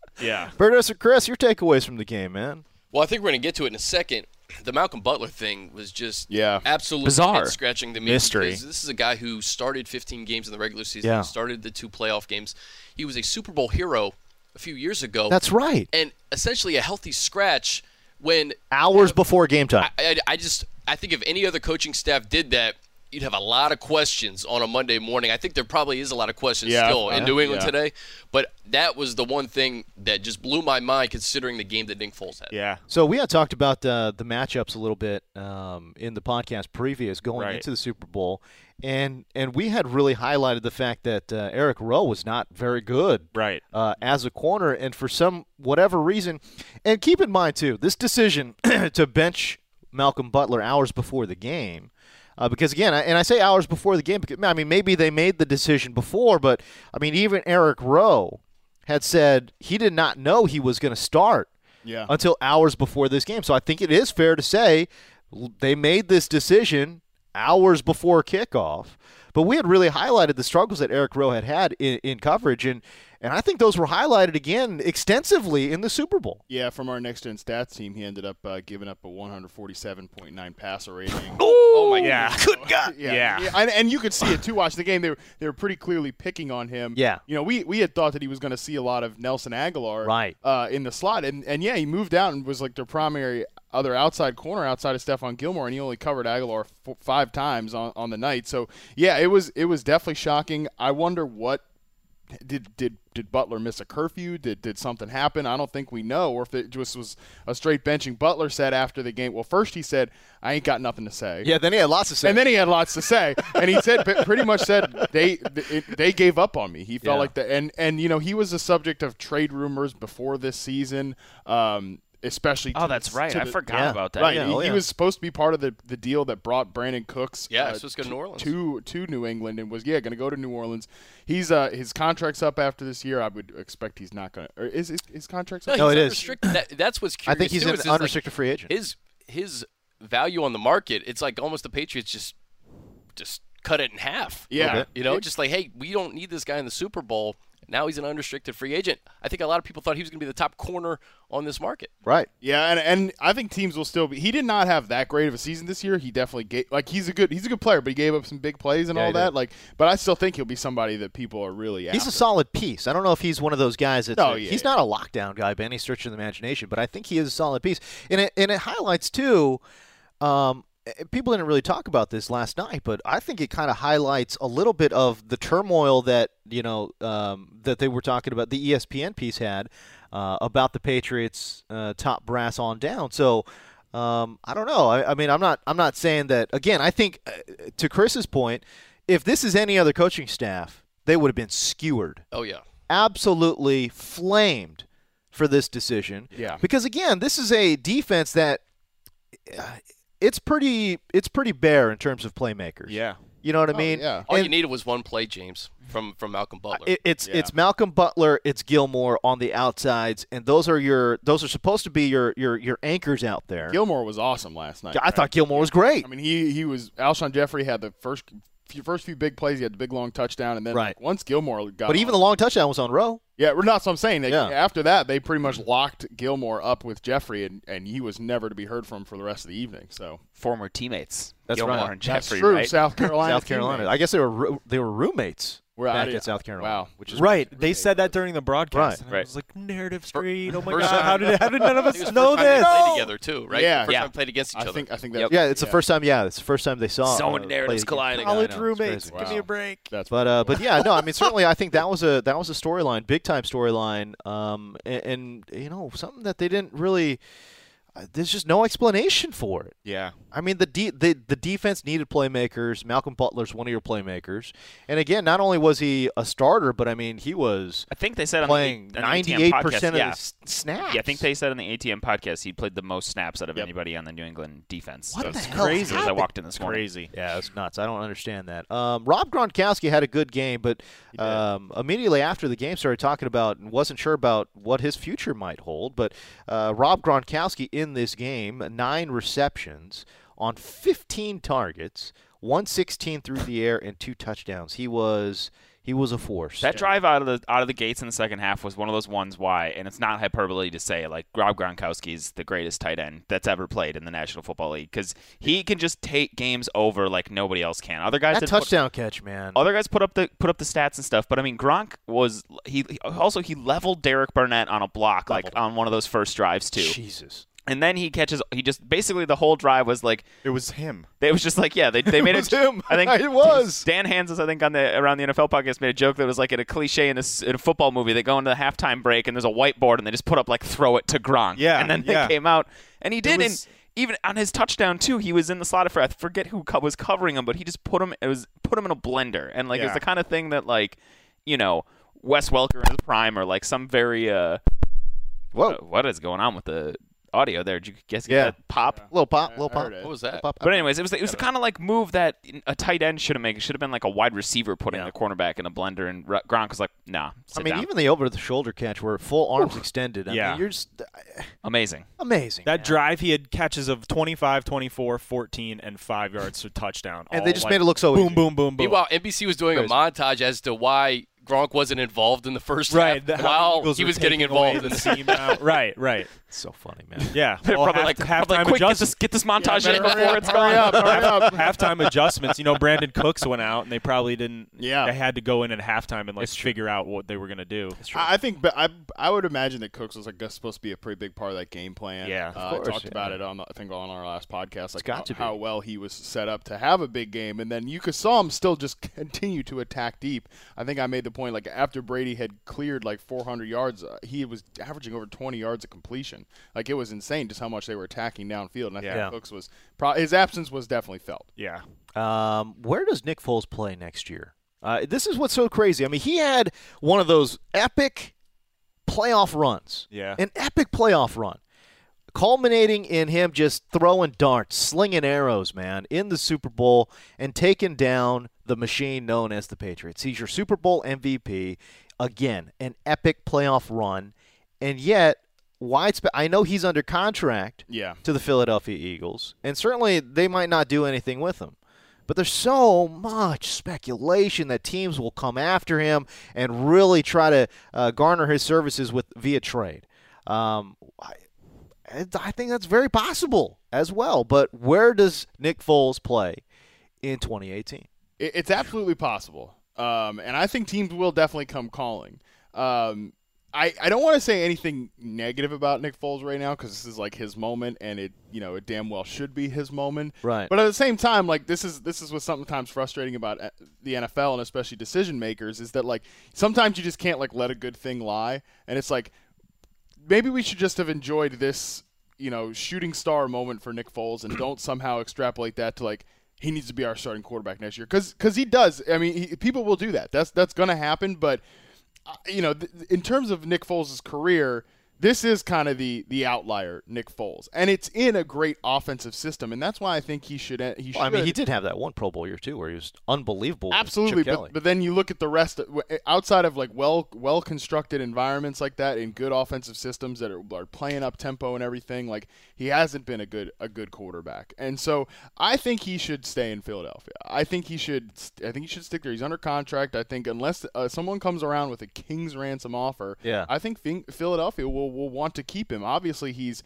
S5: *laughs*
S4: yeah.
S1: Bernard and Chris, your takeaways from the game, man.
S5: Well, I think we're going to get to it in a second. The Malcolm Butler thing was just
S2: Yeah.
S5: absolutely
S3: Bizarre.
S5: scratching to me
S4: Mystery.
S5: because This is a guy who started 15 games in the regular season,
S1: Yeah.
S5: started the two playoff games. He was a Super Bowl hero a few years ago,
S1: That's right.
S5: and essentially a healthy scratch when
S1: Hours before game time.
S5: I, I, I just I think if any other coaching staff did that, you'd have a lot of questions on a Monday morning. I think there probably is a lot of questions
S2: Yeah,
S5: still in
S2: yeah,
S5: New England
S2: yeah.
S5: today, but that was the one thing that just blew my mind considering the game that Nick Foles had.
S4: Yeah.
S1: So we had talked about uh, the matchups a little bit um, in the podcast previous going
S4: Right.
S1: into the Super Bowl, and and we had really highlighted the fact that uh, Eric Rowe was not very good
S4: Right.
S1: uh, as a corner, and for some whatever reason, and keep in mind too this decision *clears throat* to bench Malcolm Butler hours before the game. Uh, because again, I, and I say hours before the game because I mean maybe they made the decision before, but I mean even Eric Rowe had said he did not know he was going to start
S2: Yeah.
S1: until hours before this game. So I think it is fair to say l- they made this decision hours before kickoff. But we had really highlighted the struggles that Eric Rowe had had in, in coverage, and and I think those were highlighted again extensively in the Super Bowl.
S2: Yeah, from our next gen stats team, he ended up uh, giving up a 147.9 passer rating.
S4: Oh my yeah. Good God.
S2: yeah. And, and you could see it too. Watching the game, they were they were pretty clearly picking on him.
S1: Yeah.
S2: you know, we we had thought that he was going to see a lot of Nelson Aguilar,
S1: Right.
S2: uh, in the slot, and and yeah, he moved out and was like their primary other outside corner outside of Stephon Gilmore, and he only covered Aguilar f- five times on, on the night. So yeah, it was it was definitely shocking. I wonder what did did did Butler miss a curfew? Did did something happen? I don't think we know. Or if it just was a straight benching. Butler said after the game. Well, first he said, "I ain't got nothing to say."
S1: then he had lots to say.
S2: And then he had lots to say, and he said pretty much said they th- it- they gave up on me. He felt
S1: Yeah.
S2: like that, and and you know he was the subject of trade rumors before this season, um, especially.
S3: Oh,
S2: to
S3: that's
S2: the-
S3: right.
S2: to
S3: I
S2: the-
S3: forgot
S1: yeah.
S3: about that.
S2: Right,
S1: Yeah,
S2: he,
S1: oh,
S2: he
S1: yeah.
S2: was supposed to be part of the, the deal that brought Brandon Cooks. uh,
S5: Yeah, so it's gonna New Orleans.
S2: to to New England and was yeah going to go to New Orleans. He's uh his contract's up after this year. I would expect he's not going. to Or is his, his contract's up?
S1: No,
S5: he's
S1: it is.
S5: unrestricted. That, that's what's
S1: I
S5: curious.
S1: think he's
S5: too,
S1: an
S5: is it's like
S1: unrestricted free agent.
S5: His his value on the market, it's like almost the Patriots just just cut it in half.
S2: Yeah.
S5: You know,
S2: It-
S5: just like hey, we don't need this guy in the Super Bowl. Now he's an unrestricted free agent. I think a lot of people thought he was going to be the top corner on this market.
S1: Right.
S2: Yeah, and and I think teams will still be. He did not have that great of a season this year. He definitely gave like he's a good he's a good player, but he gave up some big plays and all that. Like, but I still think he'll be somebody that people are really.
S1: He's
S2: after.
S1: a solid piece. I don't know if he's one of those guys that's.
S2: Oh,
S1: uh,
S2: yeah,
S1: he's
S2: yeah.
S1: not a lockdown guy by any stretch of the imagination, but I think he is a solid piece. And it, and it highlights, too, um, eh, people didn't really talk about this last night, but I think it kind of highlights a little bit of the turmoil that, you know, um, that they were talking about, the E ESPN piece had uh, about the Patriots' uh, top brass on down. So. Um, I don't know. I, I mean, I'm not. I'm not saying that. Again, I think uh, to Chris's point, if this is any other coaching staff, they would have been skewered
S5: Oh yeah,
S1: absolutely flamed for this decision.
S2: Yeah.
S1: Because again, this is a defense that uh, it's pretty it's pretty bare in terms of playmakers.
S4: Yeah.
S1: You know what I mean?
S2: yeah.
S5: all
S1: And
S5: you needed was one play, James, from from Malcolm Butler.
S1: it- it's
S2: Yeah.
S1: it's Malcolm Butler, it's Gilmore on the outsides, and those are your those are supposed to be your your your anchors out there.
S2: Gilmore was awesome last night.
S1: I thought Gilmore was great.
S2: I mean, he he was Alshon Jeffrey had the first few, first few big plays. He had the big long touchdown, and then
S1: Right.
S2: like, once Gilmore got,
S1: but even the
S2: on-
S1: long touchdown was on Rowe.
S2: yeah, well, that's what I'm saying. Like,
S1: Yeah.
S2: After that, they pretty much locked Gilmore up with Jeffrey, and and he was never to be heard from for the rest of the evening. So
S3: Former teammates.
S1: That's
S3: Gilmore
S1: right.
S3: and
S2: that's
S3: Jeffrey,
S2: true.
S3: right?
S2: South Carolina,
S1: South Carolina. I guess they were roo- they were roommates
S2: We're
S1: back
S2: outta-
S1: at South Carolina.
S2: wow.
S1: which is
S4: Right. They said that during the broadcast.
S1: Right.
S4: And I
S3: Right.
S4: was like, narrative street. Oh my
S5: first
S4: God. How
S5: time-
S4: did, how did none of
S5: It was
S4: us
S5: the
S4: know
S5: first time they
S4: this?
S5: played together too, right?
S2: Yeah.
S5: first
S2: Yeah.
S5: time they played against each
S2: I
S5: other.
S2: think I think that's
S1: Yeah, it's the first time. Yeah, it's the first time they saw.
S3: So
S1: uh,
S3: many narratives
S1: play again.
S3: colliding.
S1: I
S4: College
S1: know, it's
S4: roommates.
S1: crazy.
S4: Give me
S2: Wow.
S4: a break.
S2: That's
S1: But uh, but yeah, no, I mean certainly, I think
S3: *laughs*
S1: that was a that was a storyline, big time storyline, um, and, and you know something that they didn't really. Uh, there's just no explanation for it.
S4: Yeah.
S1: I mean the de- the the defense needed playmakers. Malcolm Butler's one of your playmakers, and again, not only was he a starter, but I mean he was
S3: I think they said on
S1: playing
S3: the, A- on the
S1: ninety
S3: ATM
S1: eight
S3: podcast,
S1: percent of
S3: yeah.
S1: the s- snaps.
S3: Yeah, I think they said on the ATM podcast he played the most snaps out of
S1: Yep.
S3: anybody on the New England defense.
S1: What
S3: So
S1: the
S3: it's
S1: hell
S3: crazy as I
S1: happened?
S3: walked in this morning.
S4: Crazy.
S1: Yeah, it's nuts. I don't understand that. Um, Rob Gronkowski had a good game, but um, immediately after the game started talking about and wasn't sure about what his future might hold. But uh, Rob Gronkowski in this game, nine receptions on 15 targets, 116 through the air, and two touchdowns. He was he was a force.
S3: That drive out of the out of the gates in the second half was one of those ones why, and it's not hyperbole to say like Rob Gronkowski is the greatest tight end that's ever played in the National Football League because he can just take games over like nobody else can. Other guys
S1: that
S3: have put-
S1: touchdown catch, man.
S3: other guys put up the put up the stats and stuff, but I mean Gronk was he he- also he leveled Derek Burnett on a block like on one of those first drives too,
S1: Jesus.
S3: and then he catches he just basically the whole drive was like
S4: It was him.
S3: They was just like, yeah, they,
S4: *laughs*
S3: they made
S1: was
S3: a,
S1: him.
S3: I think
S1: It was.
S3: Dan Hanses. I think on the around the NFL podcast made a joke that was like in a cliche in a, s- in a football movie. They go into the halftime break and there's a whiteboard and they just put up like throw it to Gronk.
S4: Yeah,
S3: and then they
S4: yeah.
S3: came out and he did.
S4: was-
S3: and even on his touchdown too, he was in the slot for I forget who co- was covering him, but he just put him it was put him in a blender and like it's
S4: Yeah.
S3: the kind of thing that like you know Wes Welker in his prime or like some very uh
S1: Whoa.
S3: uh, what is going on with the audio there? Did you guess
S1: Oh. Yeah.
S3: get that pop?
S1: little pop, little pop.
S2: heard it.
S5: what was
S1: Little
S5: that?
S1: pop.
S3: But anyways, it was it was the kind of like move that a tight end should have made. It should have been like a wide receiver putting the cornerback in a blender, and Ru- Gronk was like, "Nah, sit
S1: I mean,
S3: down."
S1: even the over-the-shoulder catch where full arms extended. I
S4: Yeah.
S1: mean, you're just
S3: Amazing.
S1: amazing.
S4: That drive, he had catches of 25, 24, 14, and five yards to touchdown.
S1: And
S4: all,
S1: they just
S4: like,
S1: made it look so
S4: boom,
S1: easy.
S4: boom, boom, boom.
S5: Meanwhile, NBC was doing a montage as to why Gronk wasn't involved in the first
S4: right.
S5: half
S4: the-
S5: while
S4: Eagles
S5: he
S4: were
S5: was getting
S4: taking away
S5: involved in
S4: the
S5: the
S3: *laughs*
S4: seam out. Right, right.
S1: It's so funny, man.
S4: Yeah.
S3: They're
S4: Well,
S3: probably
S4: half-
S3: like, probably
S4: halftime
S3: like, quick, get
S4: adjustments.
S3: this, *laughs* get this montage in
S2: hurry
S3: before
S2: up,
S3: it's
S2: hurry up,
S3: gone.
S2: hurry up.
S3: *laughs*
S4: halftime adjustments. You know, Brandon Cooks went out, and they probably didn't.
S2: Yeah.
S4: they had to go in at halftime and like figure out what they were gonna do.
S2: I I think, but I I would imagine that Cooks was like that's supposed to be a pretty big part of that game plan.
S4: Yeah, of
S2: Uh, I
S1: course,
S2: talked
S1: yeah.
S2: about it on the, I think on our last podcast, like
S1: got
S2: how,
S1: to be.
S2: how well he was set up to have a big game, and then you could saw him still just *laughs* continue to attack deep. I think I made the point like after Brady had cleared like 400 yards, uh, he was averaging over 20 yards of completion. Like it was insane just how much they were attacking downfield, and I
S4: Yeah.
S2: think Cooks was pro- his absence was definitely felt.
S4: Yeah,
S1: Um, where does Nick Foles play next year? Uh, this is what's so crazy. I mean, he had one of those epic playoff runs.
S4: Yeah.
S1: An epic playoff run, culminating in him just throwing darts, slinging arrows, man, in the Super Bowl and taking down the machine known as the Patriots. He's your Super Bowl MVP. Again, an epic playoff run, and yet wide. Spe- I know he's under contract
S2: Yeah.
S1: to the Philadelphia Eagles, and certainly they might not do anything with him. But there's so much speculation that teams will come after him and really try to uh, garner his services with via trade. Um, I, and I think that's very possible as well. But where does Nick Foles play in 2018?
S2: It, it's absolutely possible, um, and I think teams will definitely come calling. Um, I, I don't want to say anything negative about Nick Foles right now because this is like his moment, and it you know it damn well should be his moment.
S1: Right.
S2: But at the same time, like this is this is what's sometimes frustrating about uh, the NFL and especially decision makers is that like sometimes you just can't like let a good thing lie, and it's like maybe we should just have enjoyed this, you know, shooting star moment for Nick Foles and don't *clears throat* somehow extrapolate that to like he needs to be our starting quarterback next year cuz cuz he does. I mean, he, people will do that. That's that's going to happen, but uh, you know, th- in terms of Nick Foles' career, this is kind of the the outlier Nick Foles. And it's in a great offensive system and that's why I think he should he should
S1: Well, I mean, he did have that one Pro Bowl year too, where he was unbelievable. with Chip
S2: Absolutely,
S1: Kelly.
S2: but, but then you look at the rest of, eh, outside of like well well constructed environments like that in good offensive systems that are, are playing up tempo and everything. Like he hasn't been a good a good quarterback, and so I think he should stay in Philadelphia. I think he should st- I think he should stick there. He's under contract. I think unless uh, someone comes around with a king's ransom offer,
S1: Yeah.
S2: I think Phin- Philadelphia will will want to keep him. Obviously, he's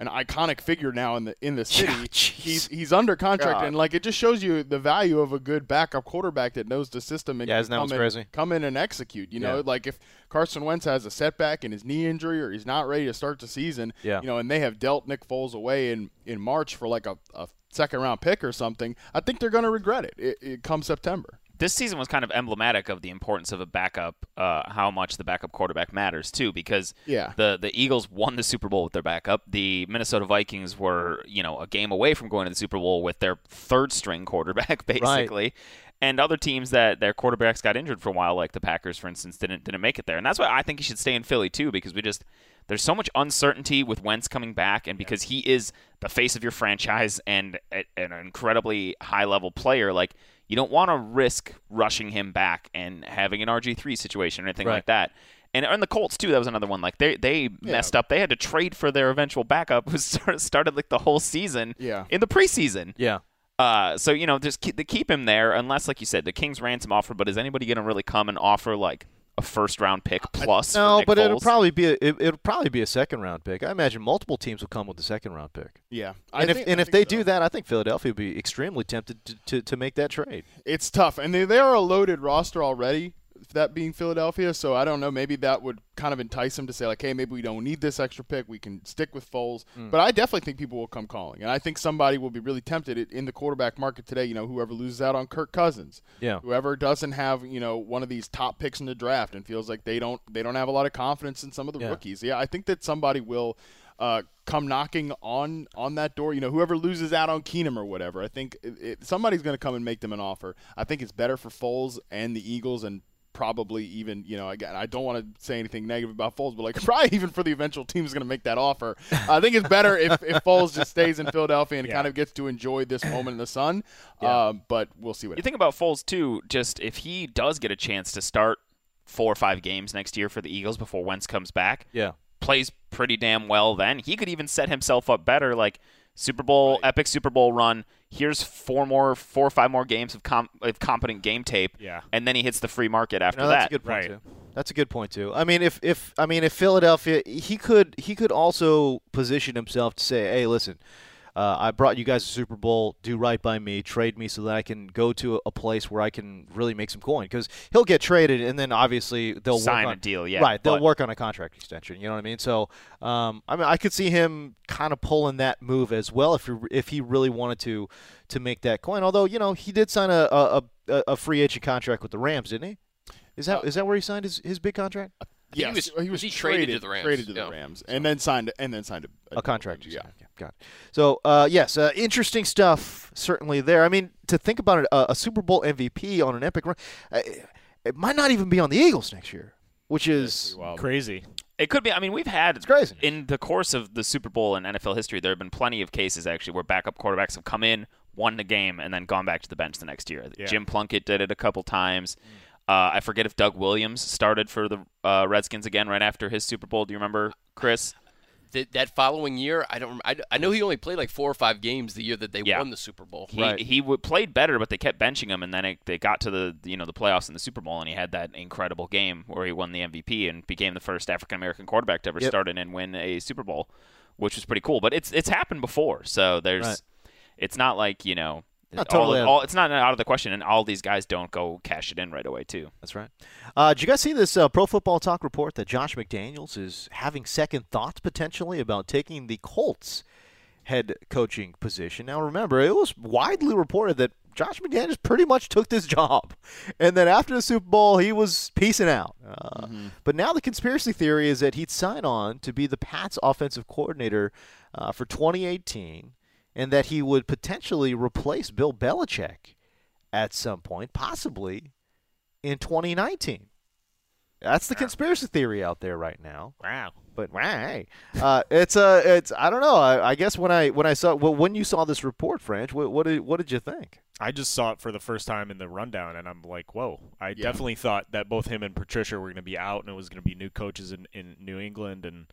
S2: an iconic figure now in the in the city.
S1: Ah,
S2: he's he's under contract, and like it just shows you the value of a good backup quarterback that knows the system and
S1: Yeah,
S2: can
S1: isn't that
S2: come
S1: what's
S2: in,
S1: crazy?
S2: come in and execute. You know,
S1: Yeah.
S2: like if Carson Wentz has a setback in his knee injury or he's not ready to start the season,
S1: Yeah.
S2: you know, and they have dealt Nick Foles away in in March for like a, a second round pick or something, I think they're going to regret it. It, it come September.
S3: this season was kind of emblematic of the importance of a backup, uh, how much the backup quarterback matters too, because
S2: Yeah.
S3: the the Eagles won the Super Bowl with their backup. The Minnesota Vikings were you know a game away from going to the Super Bowl with their third string quarterback *laughs* basically, and other teams that their quarterbacks got injured for a while, like the Packers for instance, didn't didn't make it there, and that's why I think he should stay in Philly too, because we just there's so much uncertainty with Wentz coming back, and because he is the face of your franchise and a- an incredibly high level player, like you don't want to risk rushing him back and having an RG three situation or anything
S1: Right.
S3: like that. And, and the Colts too. That was another one. Like they they messed up. They had to trade for their eventual backup, who *laughs* started, started like the whole season
S2: Yeah.
S3: in the preseason.
S1: yeah,
S3: Uh, so you know, just keep, they keep him there, unless, like you said, the Kings ransom offer. But is anybody going to really come and offer like a first round pick plus? for
S1: no,
S3: Nick
S1: but it'll
S3: Foles?
S1: probably be a, it, it'll probably be a second round pick. I imagine multiple teams will come with the second round pick.
S2: Yeah,
S1: And if and if they do that, I think Philadelphia would be extremely tempted to, to, to make that trade.
S2: it's tough, and they they are a loaded roster already. That being Philadelphia, so I don't know. Maybe that would kind of entice them to say like, "Hey, maybe we don't need this extra pick. We can stick with Foles." But I definitely think people will come calling, and I think somebody will be really tempted i- in the quarterback market today. You know, whoever loses out on Kirk Cousins,
S1: Yeah.
S2: whoever doesn't have you know one of these top picks in the draft and feels like they don't they don't have a lot of confidence in some of the
S1: Yeah.
S2: rookies. Yeah, I think that somebody will uh, come knocking on on that door. You know, whoever loses out on Keenum or whatever, I think it, it, somebody's going to come and make them an offer. I think it's better for Foles and the Eagles and. Probably even you know again I don't want to say anything negative about Foles but like *laughs* probably even for the eventual team is going to make that offer I think it's better if, if Foles just stays in Philadelphia and kind of gets to enjoy this moment in the sun um, but we'll see what
S3: You think about Foles too. Just if he does get a chance to start four or five games next year for the Eagles before Wentz comes back,
S1: Yeah,
S3: plays pretty damn well then. He could even set himself up better like Super Bowl, epic Super Bowl run. Here's four more, four or five more games of, com- of competent game tape.
S4: Yeah.
S3: And then he hits the free market after
S1: No, that's
S3: that.
S1: a good point
S4: Right.
S1: too. That's a good point too. I mean, if if I mean if Philadelphia, he could he could also position himself to say, hey, listen. Uh, I brought you guys a Super Bowl. Do right by me. Trade me so that I can go to a, a place where I can really make some coin. Because he'll get traded, and then obviously they'll
S3: Sign
S1: work
S3: a
S1: on,
S3: deal, yeah,
S1: Right, they'll
S3: but-
S1: work on a contract extension. You know what I mean? So, um, I mean, I could see him kind of pulling that move as well if he, if he really wanted to to make that coin. Although, you know, he did sign a a, a, a free agent contract with the Rams, didn't he? Is that is
S3: Uh,
S1: that where he signed his, his big contract?
S5: He
S2: Yes,
S5: was-
S2: well, he was
S5: he traded to the Rams,
S2: traded to the
S5: yeah.
S2: Rams, and then signed and then signed a,
S1: A contract. you
S2: Yeah,
S1: signed. got it. So uh, yes, uh, interesting stuff certainly there. I mean, to think about it, uh, a Super Bowl MVP on an epic run, uh, it might not even be on the Eagles next year, which is
S3: Um,
S4: Crazy.
S3: It could be. I mean, we've had it's
S1: crazy.
S3: in the course of the Super Bowl and NFL history. There have been plenty of cases actually where backup quarterbacks have come in, won the game, and then gone back to the bench the next year. Jim Plunkett did it a couple times. Uh, I forget if Doug Williams started for the uh, Redskins again right after his Super Bowl. Do you remember, Chris?
S5: th- that following year, I don't. rem- I, I know he only played like four or five games the year that they
S3: Yeah.
S5: won the Super Bowl.
S3: He he w- played better, but they kept benching him, and then it, they got to the you know the playoffs and the Super Bowl, and he had that incredible game where he won the MVP and became the first African American quarterback to ever start in and win a Super Bowl, which was pretty cool. But it's it's happened before, so there's
S1: Right.
S3: it's not like you know.
S1: Not
S3: all-
S1: totally out of-
S3: all- it's not out of the question, and all these guys don't go cash it in right away too.
S1: That's right. Uh, did you guys see this uh, Pro Football Talk report that Josh McDaniels is having second thoughts potentially about taking the Colts head coaching position? Now, remember, it was widely reported that Josh McDaniels pretty much took this *laughs* job, and that after the Super Bowl, he was peacing out. Uh, But now the conspiracy theory is that he'd sign on to be the Pats offensive coordinator uh, for 2018, and that he would potentially replace Bill Belichick at some point, possibly in 2019. That's the conspiracy theory out there right now.
S4: Wow.
S1: But right, uh, it's a, it's I don't know. I, I guess when I when I saw well, when you saw this report, French, what what did, what did you think?
S4: I just saw it for the first time in the rundown, and I'm like, whoa. I definitely thought that both him and Patricia were going to be out, and it was going to be new coaches in, in New England. And,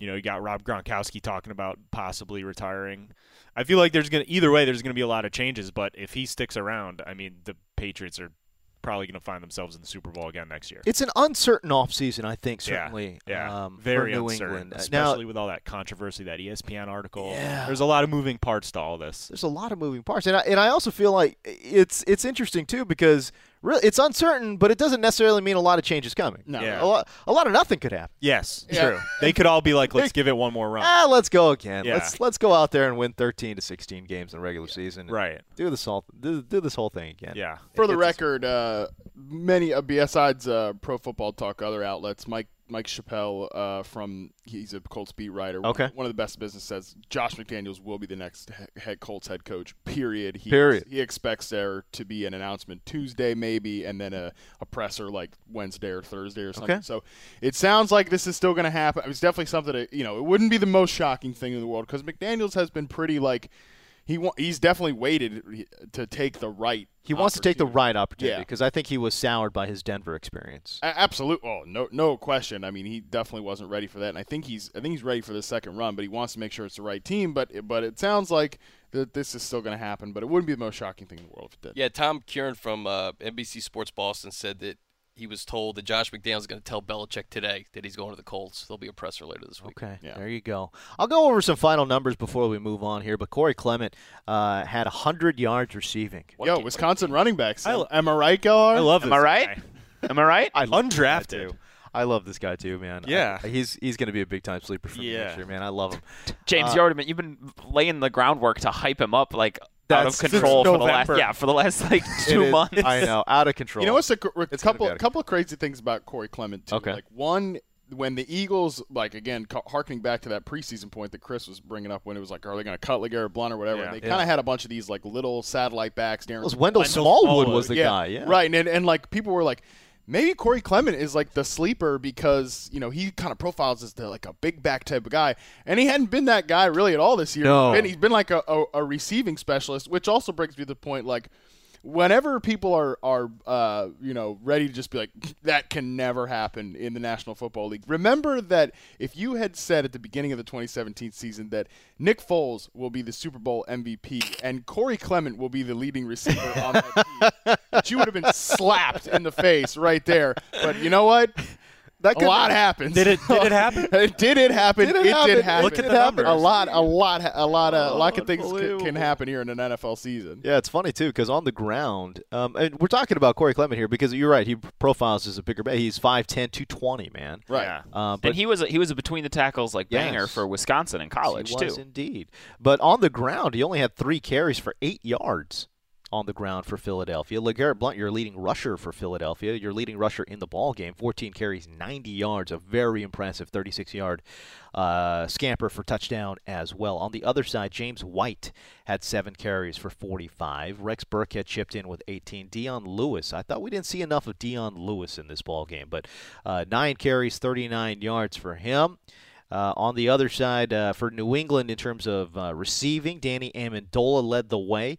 S4: you know, you got Rob Gronkowski talking about possibly retiring. I feel like there's going to, either way, there's going to be a lot of changes, but if he sticks around, I mean, the Patriots are probably going to find themselves in the Super Bowl again next year.
S1: It's an uncertain offseason, I think certainly.
S4: Yeah, yeah.
S1: um, for
S4: very
S1: New
S4: uncertain,
S1: England. Uh, now,
S4: especially with all that controversy, that E ESPN article. Yeah. There's a lot of moving parts to all this.
S1: there's a lot of moving parts, and I, and I also feel like it's it's interesting too because really it's uncertain, but it doesn't necessarily mean a lot of change is coming.
S2: No.
S4: Yeah.
S1: a lot, a lot of nothing could happen.
S4: Yes,
S2: Yeah.
S4: true. They could all
S1: *laughs*
S4: be like, let's give it one more run.
S1: Ah, let's go again.
S4: Yeah.
S1: Let's let's go out there and win 13 to 16 games in the regular season. and
S4: Right.
S1: Do this all do, do this whole thing again.
S4: Yeah.
S2: For the
S1: It's-
S2: record, uh, many uh, besides uh, Pro Football Talk, other outlets, Mike Mike Chappelle uh, from he's a Colts beat writer.
S1: Okay.
S2: one of the best business says Josh McDaniels will be the next he- head Colts head coach. Period. He,
S1: Period.
S2: He expects there to be an announcement Tuesday, maybe, and then a, a presser like Wednesday or Thursday or something.
S1: Okay.
S2: So it sounds like this is still going to happen. It's definitely something that you know. It wouldn't be the most shocking thing in the world because McDaniels has been pretty like. He wa- he's definitely waited to take the right.
S1: He wants to take the
S2: opportunity.
S1: right opportunity
S2: Yeah.
S1: because I think he was soured by his Denver experience.
S2: A- absolute. Oh, no, no question. I mean, he definitely wasn't ready for that, and I think he's, I think he's ready for the second run, but he wants to make sure it's the right team. But, but it sounds like that this is still going to happen. But it wouldn't be the most shocking thing in the world if it did.
S5: Yeah, Tom Kieran from uh, NBC Sports Boston said that he was told that Josh McDaniels is going to tell Belichick today that he's going to the Colts. There'll be a presser later this week.
S1: Okay,
S2: Yeah.
S1: there you go. I'll go over some final numbers before we move on here. But Corey Clement uh, had 100 yards receiving.
S2: Yo, Wisconsin running backs.
S4: I lo-
S2: Am I right, Gellar?
S4: I love this.
S3: Am I right?
S4: guy.
S3: Am I right?
S1: I love this guy,
S4: Undrafted.
S1: too. I love this guy too, man. I-
S4: Yeah.
S1: he's he's going to be a big time sleeper for me
S4: Yeah.
S1: next year, man. I love him. uh,
S3: James Yardaman, you've been laying the groundwork to hype him up like out
S1: That's-
S3: of
S1: since
S3: control for the last
S4: November.
S3: yeah for the last like
S1: *laughs* It
S3: two
S1: is-
S3: months.
S1: I know, out of control.
S2: You know what's a, cou- a
S1: It's gonna be
S2: couple
S1: out of
S2: couple of crazy things about Corey Clement too.
S1: Okay.
S2: Like one when the Eagles like again ca- harkening back to that preseason point that Chris was bringing up when it was like are they going to cut Laguerre Blunt or whatever?
S4: Yeah.
S2: they kind of had a bunch of these like little satellite backs. Darren
S1: It was Wendell, Smallwood, was the guy. Yeah,
S2: Right. And, and like people were like, maybe Corey Clement is like the sleeper because, you know, he kind of profiles as the, like a big back type of guy. And he hadn't been that guy really at all this year.
S1: No.
S2: And he's been like a, a, a receiving specialist, which also brings me to the point like, Whenever people are are uh, you know ready to just be like that can never happen in the National Football League, remember that if you had said at the beginning of the 2017 season that Nick Foles will be the Super Bowl MVP and Corey Clement will be the leading receiver on that team, that you would have been slapped in the face right there. But you know what?
S1: That
S2: A
S1: could-
S2: lot happens.
S4: Did it- did it happen?
S2: did *laughs* it happen?
S1: Did it
S2: did
S1: happen?
S2: happen.
S1: Look at the
S2: A
S1: numbers. Oh,
S2: lot, a lot, a lot, of, a lot of things can, can
S1: unbelievable.
S2: happen here in an NFL season.
S1: Yeah, it's funny too because on the ground, um, and we're talking about Corey Clement here because you're right. He profiles as a bigger man. He's 5'10", 220, man.
S2: Right.
S4: Yeah.
S1: Uh, but
S3: and he was a, he was a between the tackles like banger
S1: Yes.
S3: for Wisconsin in college
S1: he
S3: too.
S1: was indeed. But on the ground, he only had three carries for eight yards on the ground for Philadelphia. LeGarrette Blunt, your leading rusher for Philadelphia, your leading rusher in the ball game, 14 carries, 90 yards, a very impressive 36-yard uh, scamper for touchdown as well. On the other side, James White had seven carries for 45. Rex Burkhead chipped in with 18. Dion Lewis, I thought we didn't see enough of Dion Lewis in this ball game, but uh, nine carries, 39 yards for him. Uh, on the other side, uh, for New England in terms of uh, receiving, Danny Amendola led the way,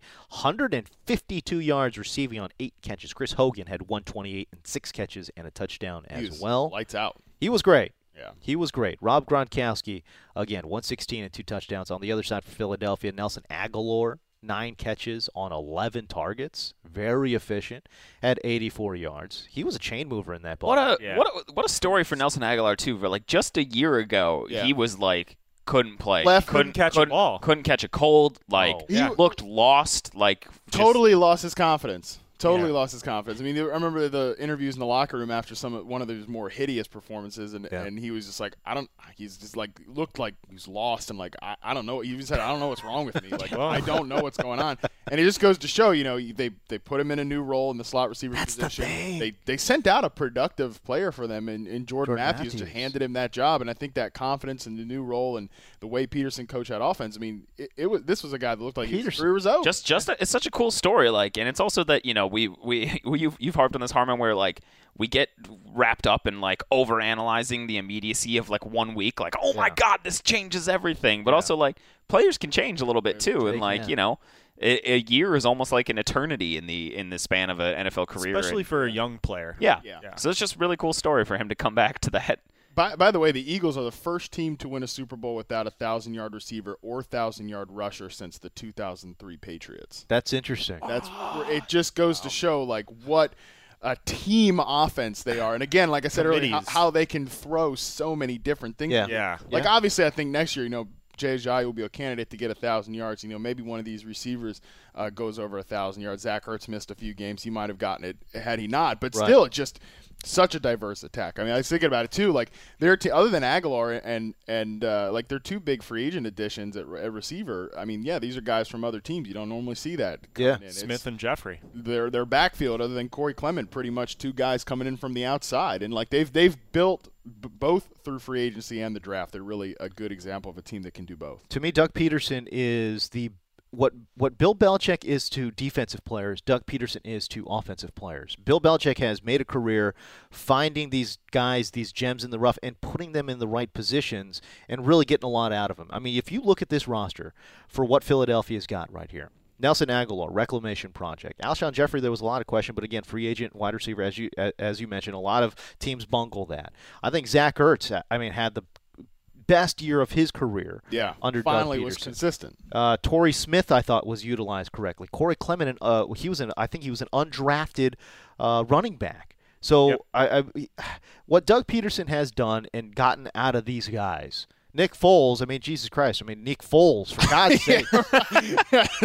S1: 152 yards receiving on eight catches. Chris Hogan had 128 and six catches and a touchdown as
S2: He's
S1: well.
S2: lights out.
S1: He was great.
S2: Yeah.
S1: He was great. Rob Gronkowski, again, 116 and two touchdowns. On the other side for Philadelphia, Nelson Aguilar, nine catches on 11 targets. Very efficient at 84 yards. He was a chain mover in that ball.
S3: What a
S4: Yeah.
S3: what a, what a story for Nelson Aguilar too. For like just a year ago,
S2: Yeah.
S3: he was like couldn't play,
S2: Left
S4: couldn't catch a
S3: couldn't,
S4: ball.
S3: couldn't catch a cold, like
S1: Oh,
S2: yeah.
S3: looked lost, like just-
S2: totally lost his confidence. Totally
S4: Yeah.
S2: lost his confidence. I mean, I remember the interviews in the locker room after some of- one of those more hideous performances, and,
S1: Yeah.
S2: and he was just like, I don't. He's just like looked like he was lost, and like I, I don't know. He even said, I don't know what's wrong with me. Like I don't know what's going on. And it just goes to show, you know, they they put him in a new role in the slot receiver position. They they sent out a productive player for them, and, and Jordan,
S1: Jordan
S2: Matthews, just
S1: Matthews.
S2: handed him that job. And I think that confidence in the new role and the way Peterson coached that offense. I mean, it, it was this was a guy that looked like he was
S1: Peterson.
S2: three years old.
S3: *laughs* just just it's such a cool story like and it's also that you know we we, *laughs* we you've, you've harped on this harmon where like we get wrapped up in like over analyzing the immediacy of like one week like oh my god this changes everything but also like players can change a little bit too and like
S1: can.
S3: you know a, a year is almost like an eternity in the in the span of an NFL career
S4: especially
S3: and-
S4: for a young player.
S3: yeah.
S2: Yeah.
S3: so it's just really cool story for him to come back to that
S2: By, by the way, the Eagles are the first team to win a Super Bowl without a thousand yard receiver or thousand yard rusher since the 2003 Patriots.
S1: That's interesting.
S3: Oh,
S2: That's it. Just goes to show like what a team offense they are, and again, like I said earlier, how,
S4: Committees.
S2: how they can throw so many different things.
S1: Yeah.
S4: Yeah.
S2: Like obviously, I think next year, you know, Jay Ajayi will be a candidate to get a thousand yards. You know, maybe one of these receivers uh, goes over a thousand yards. Zach Ertz missed a few games; he might have gotten it had he not. But
S1: Right.
S2: still, it just such a diverse attack. I mean, I was thinking about it too. Like they're t- other than Aguilar and and uh, like they're two big free agent additions at, re- at receiver. I mean, yeah, these are guys from other teams. You don't normally see that. coming
S1: Yeah.
S2: in. It's-
S4: Smith and Jeffrey.
S2: their their backfield other than Corey Clement pretty much two guys coming in from the outside and like they've they've built b- both through free agency and the draft they're really a good example of a team that can do both
S1: To me, Doug Peterson is the what what Bill Belichick is to defensive players, Doug Peterson is to offensive players. Bill Belichick has made a career finding these guys, these gems in the rough, and putting them in the right positions and really getting a lot out of them. I mean, if you look at this roster for what Philadelphia's got right here. Nelson Aguilar, reclamation project. Alshon Jeffrey, there was a lot of question, but again, free agent, wide receiver, as you a- as you mentioned, a lot of teams bungle that. I think Zach Ertz, I mean, had the best year of his career.
S2: yeah
S1: under Doug
S2: finally was
S1: Peterson.
S2: consistent *laughs*
S1: Uh, Torrey Smith, I thought, was utilized correctly. Corey Clement, uh, he was an, I think he was an undrafted uh, running back. So
S4: Yep.
S1: I, I, what Doug Peterson has done and gotten out of these guys, Nick Foles. I mean, Jesus Christ. I mean, Nick Foles.
S2: *laughs*
S1: For God's sake,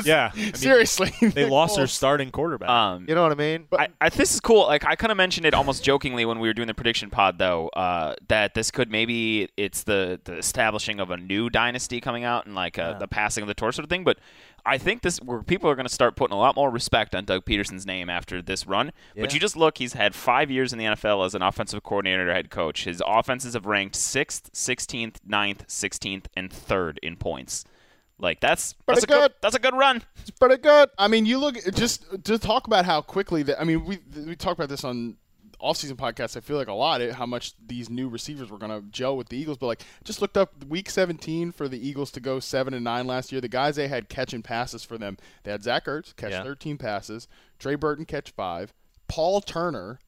S4: Yeah. I mean,
S2: seriously *laughs*
S4: They lost their starting quarterback.
S3: um
S1: you know what I mean?
S3: I, I, this is cool. Like I kind of mentioned it almost jokingly when we were doing the prediction pod, though, uh, that this could maybe it's the, the establishing of a new dynasty coming out and like uh, the passing of the torch sort of thing. But I think this where people are going to start putting a lot more respect on Doug Peterson's name after this run. But you just look; he's had five years in the NFL as an offensive coordinator, or head coach. His offenses have ranked sixth, sixteenth, 9th, sixteenth, and third in points. Like that's that's a
S2: Pretty
S3: good
S2: good.
S3: that's a good run.
S2: pretty good. I mean, you look just to talk about how quickly that. I mean, we we talk about this on off-season podcasts. I feel like a lot it, how much these new receivers were going to gel with the Eagles. But like, just looked up week 17 for the Eagles to go seven and nine last year. The guys they had catching passes for them. They had Zach Ertz catch 13 passes. Trey Burton catch five. Paul Turner.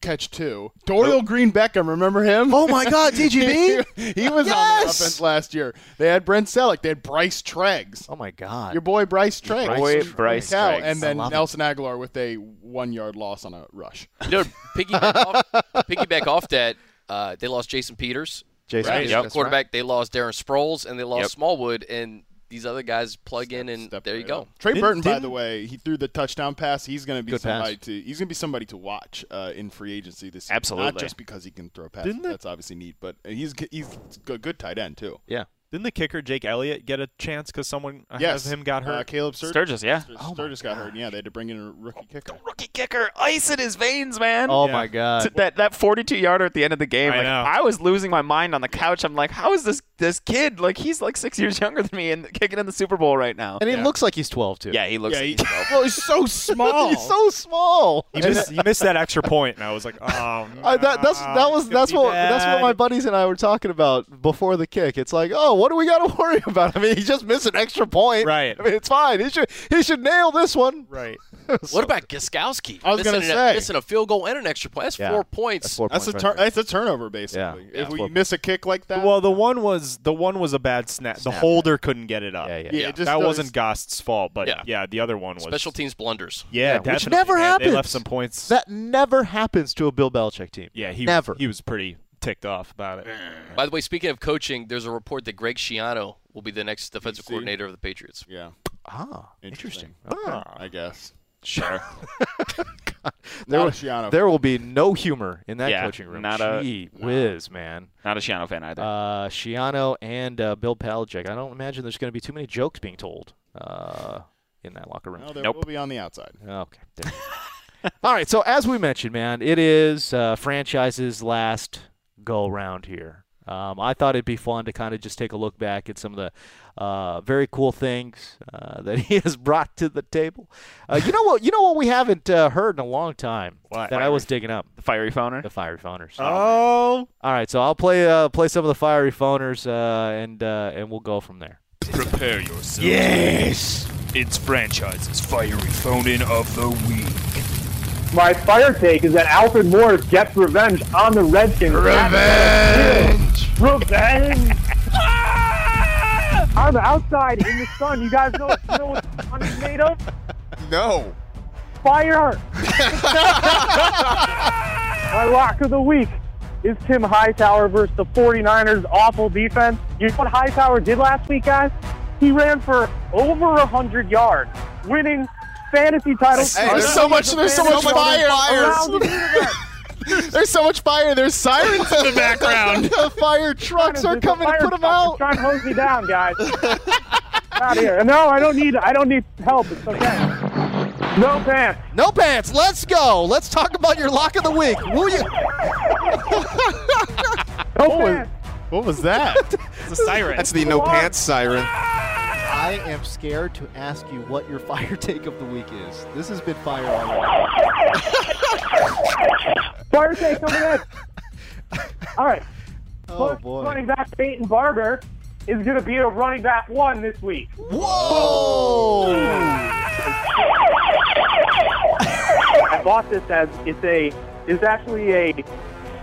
S2: Catch two. Doriel Green Beckham, remember him?
S1: Oh my God, DGB.
S2: *laughs* he was on the
S1: Yes!
S2: offense last year. They had Brent Selleck. They had Bryce Treggs.
S1: oh my God.
S2: Your boy Bryce Trey.
S1: Bryce Boy
S3: Bryce
S2: Cal,
S3: Triggs.
S2: And then
S1: I love it.
S2: Nelson Aguilar with a one yard loss on a rush.
S5: You know, piggyback off, piggyback off that, uh, they lost Jason Peters,
S1: Jason,
S5: right?
S1: Peters,
S5: As the
S1: that's right.
S5: quarterback. They lost Darren Sproles, and they lost
S3: Yep.
S5: Smallwood, and these other guys plug in, and
S2: Step
S5: there you
S2: right
S5: go.
S2: up. Trey
S4: Didn't-
S2: Burton, by
S4: didn't-
S2: the way, he threw the touchdown pass. He's going to be
S1: Good pass.
S2: somebody to he's going to be somebody to watch uh, in free agency this year. Not
S3: Absolutely.
S2: just because he can throw passes.
S4: Didn't the-
S2: That's obviously neat, but he's he's a good tight end too.
S1: Yeah.
S4: Didn't the kicker Jake Elliott get a chance because someone ahead
S2: Yes,
S4: of him got
S2: Uh,
S4: hurt? Oh
S2: Caleb Sturgis,
S3: Sturgis, yeah.
S2: Sturgis got hurt. and Yeah, they had to bring in a rookie kicker.
S3: rookie kicker ice in his veins, man.
S1: Oh
S4: Yeah.
S1: my
S3: T-
S1: God.
S2: *laughs*
S3: that that 42 yarder at the end of the game.
S4: I
S3: like,
S4: know.
S3: Uh, I was losing my mind on the couch. I'm like, how is this this kid? Like he's like six years *laughs* younger than me and kicking in the Super Bowl right now.
S1: And he looks like he's 12 too.
S3: yeah, he looks.
S2: Yeah, he-
S3: he's
S1: *laughs*
S3: dope.
S2: well, he's so small.
S1: He's so small.
S4: He missed, he missed that extra point, and I was like, oh.
S1: *laughs* I, that, that's
S4: nah,
S1: that was
S4: it's gonna
S1: that's
S4: be
S1: what that's what my
S4: bad.
S1: buddies and I were talking about before the kick. It's like, oh, what do we *laughs* got to worry about? I mean, he just missed an extra point.
S4: Right.
S1: I mean, it's fine. He should he should nail this one. *laughs*
S4: Right.
S5: What about Gaskowski?
S2: I was
S5: Missing
S2: gonna
S5: an-
S2: say.
S5: missing a field goal and an extra point. That's
S1: Yeah.
S5: four points.
S1: That's four
S2: That's a
S1: points
S2: tur-
S1: right there.
S2: that's a turnover basically.
S1: Yeah.
S2: If we
S1: Four
S2: miss a kick like that,
S4: Well, the one was the one was a bad snap. The
S1: Snap,
S4: holder couldn't get it up.
S1: Yeah, yeah.
S2: yeah, it just
S4: that
S2: does-
S4: wasn't Gost's fault, but
S5: Yeah.
S4: yeah. the other one was
S5: Special teams blunders.
S4: Yeah,
S1: Yeah, which
S4: definitely,
S1: never
S4: man. They left
S1: happens.
S4: some points.
S1: That never happens to a Bill Belichick team.
S4: yeah, he
S1: never.
S4: He was pretty ticked off about it.
S5: By the way, speaking of coaching, there's a report that Greg Schiano will be the next defensive coordinator of the Patriots.
S2: yeah,
S1: ah, interesting.
S2: I guess.
S4: Sure.
S2: There
S1: There,
S2: was
S1: will,
S2: Shiano.
S1: there will be no humor in that
S3: Yeah,
S1: coaching room.
S3: not a-
S1: Gee whiz, man.
S3: Not a Shiano fan either.
S1: Uh, Shiano and uh, Bill Belichick. I don't imagine there's going to be too many jokes being told uh, in that locker room.
S2: no, Oh, there
S3: Nope.
S2: will be on the outside.
S1: Okay. there you go. *laughs* All right. So as we mentioned, man, it is uh, franchise's last go round here. Um, I thought it'd be fun to kind of just take a look back at some of the uh, very cool things uh, that *laughs* he has brought to the table. Uh, you know what? You know what we haven't uh, heard in a long time
S4: What?
S1: that I was digging up
S3: the fiery phoner.
S1: the fiery phoners.
S4: oh,
S1: All right, so I'll play uh, play some of the fiery phoners uh, and uh, and we'll go from there.
S6: Prepare yourself. Yes! It's franchise's fiery phone in of the week.
S7: My fire take is that Alfred Morris gets revenge on the Redskins. Revenge! Revenge! on the outside in the sun, you guys know, you know what the sun is made of?
S2: No.
S7: Fire! My lock of the week is Tim Hightower versus the 49ers' awful defense. You know what Hightower did last week, guys? He ran for over 100 yards, winning fantasy titles.
S2: Hey, there's so much. There's so much fire.
S7: Around the universe.
S2: There's so much fire. There's sirens *laughs* in the background. the fire trucks are
S7: There's a
S2: coming to
S7: fire
S2: put them
S7: truck. It's
S2: out.
S7: Trying to hose me down,
S2: *laughs*
S7: guys. out of here. No, I don't need. I don't need help. It's okay. No pants.
S1: No pants. Let's go. Let's talk about your lock of the week. Will you?
S7: No
S5: Oh,
S7: pants.
S2: What was that?
S1: *laughs*
S4: it's a siren.
S8: That's the no pants siren.
S1: I am scared to ask you what your *laughs* fire take of the week is. This has been fire already.
S7: Fire tank coming in. All right.
S1: Oh
S7: Plus, Running back Peyton Barber is going to be a running back one this week.
S1: Whoa!
S7: I bought this as it's a it's actually a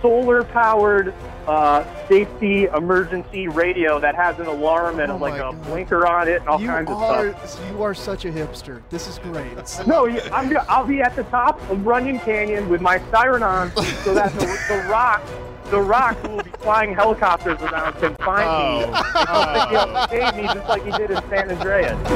S7: solar powered uh, safety emergency radio that has an alarm and
S8: Oh
S7: like
S8: my
S7: a
S8: God.
S7: blinker on it and all
S8: you
S7: kinds of stuff.
S8: are you are such a hipster. This is great.
S7: *laughs* No, you- I'm gonna, I'll be at the top of Runyon Canyon with my siren on, so that the, the rock, the rock who will be flying helicopters around can find me.
S2: Oh.
S7: He'll save me just like he did in San Andreas.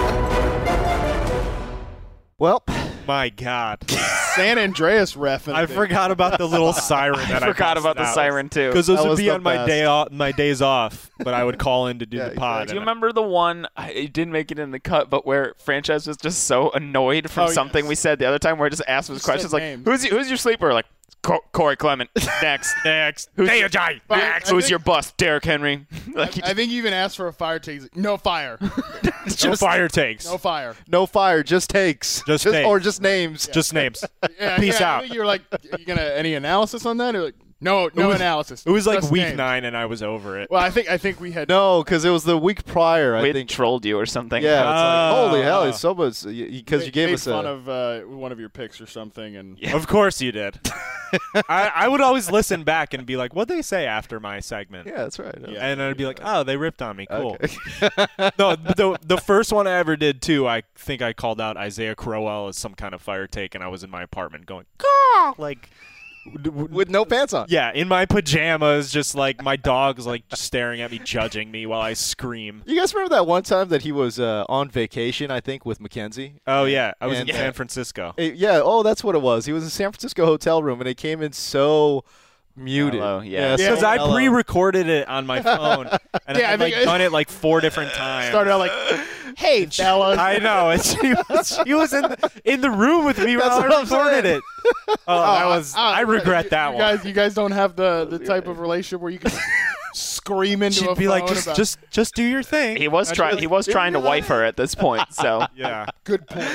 S1: Well,
S4: My God,
S2: San Andreas ref. in a
S4: I
S2: big-
S4: forgot about the
S3: *laughs*
S4: little siren. That I
S3: Forgot about the siren too.
S4: because those
S1: That
S4: would
S1: was
S4: be
S1: the
S4: on my
S1: best.
S4: day off, my days off. But I would call in to do
S2: Yeah,
S4: the pod.
S3: Do you
S4: and I- *laughs*
S3: remember the one? I- It didn't make it in the cut, but where franchise was just so annoyed from
S2: Oh,
S3: something
S2: yes.
S3: we said the other time, where I just asked his
S2: said
S3: questions like,
S2: names.
S3: "Who's y- who's your sleeper?" Like "Co- Corey *laughs* Clement. Next, next. Who's your Next.
S2: I
S3: Who's
S2: think-
S3: your bust? Derrick Henry. *laughs* like he
S2: I think you even asked for a fire take. He's like, No
S4: *laughs*
S2: fire.
S3: *laughs* just,
S4: No fire takes.
S2: No fire.
S1: no fire, just takes.
S4: Just takes.
S1: or just names.
S4: Just names.
S2: *laughs* Yeah,
S4: Peace
S2: yeah, I
S4: out.
S2: think You're like, you gonna any analysis on that? You're like, no, no analysis.
S4: It was like
S2: Just
S4: week
S2: names.
S4: nine, and I was over it.
S2: Well, I think I think we had
S1: No, because it was the week prior. I
S3: we
S1: think.
S3: trolled you or something.
S1: yeah. It's like, holy hell!
S4: Ah.
S1: It's so much because you
S2: made-
S1: gave
S2: made
S1: us a.
S2: fun of uh, one of your picks or something, and
S4: Of course
S2: *laughs*
S4: you did. I, I would always listen back and be like, "What they say after my segment?"
S1: yeah, that's right.
S2: Yeah.
S4: And I'd be like, "Oh, they ripped on me. Cool." no, the the first one I ever did too. I think I called out Isaiah Crowell as some kind of fire take, and I was in my apartment going, "Caw!" like,
S1: With no pants on.
S4: yeah, in my pajamas, just like my dog's like staring at me, judging me while I scream.
S1: You guys remember that one time that he was uh, on vacation, I think, with Mackenzie?
S4: Oh yeah, I was in
S1: And, uh,
S4: San Francisco.
S1: Eh, yeah, oh, that's what it was. He was in San Francisco hotel room, and it came in so muted.
S3: Mellow, yeah.
S1: so
S4: because I
S1: mellow.
S4: pre-recorded it on my phone, and
S2: Yeah, I
S4: I've like
S2: think I-
S4: done it like four different times.
S2: started out like,
S1: *laughs*
S2: hey fellas,
S4: I know. And she was, she was in the, in the room with me when
S1: That's
S4: I
S1: what I'm
S4: recorded
S1: saying.
S4: it. Oh, that was.
S2: uh,
S4: I regret
S2: you-
S4: that
S2: you
S9: *laughs*
S4: one.
S2: Guys, you guys don't have the the type of relationship where you can scream into
S4: She'd
S2: a
S4: be like,
S2: phone
S4: just,
S2: about-
S4: just, just do your thing.
S3: He was trying. He was trying to wife her at this point. So
S4: Yeah,
S2: good point.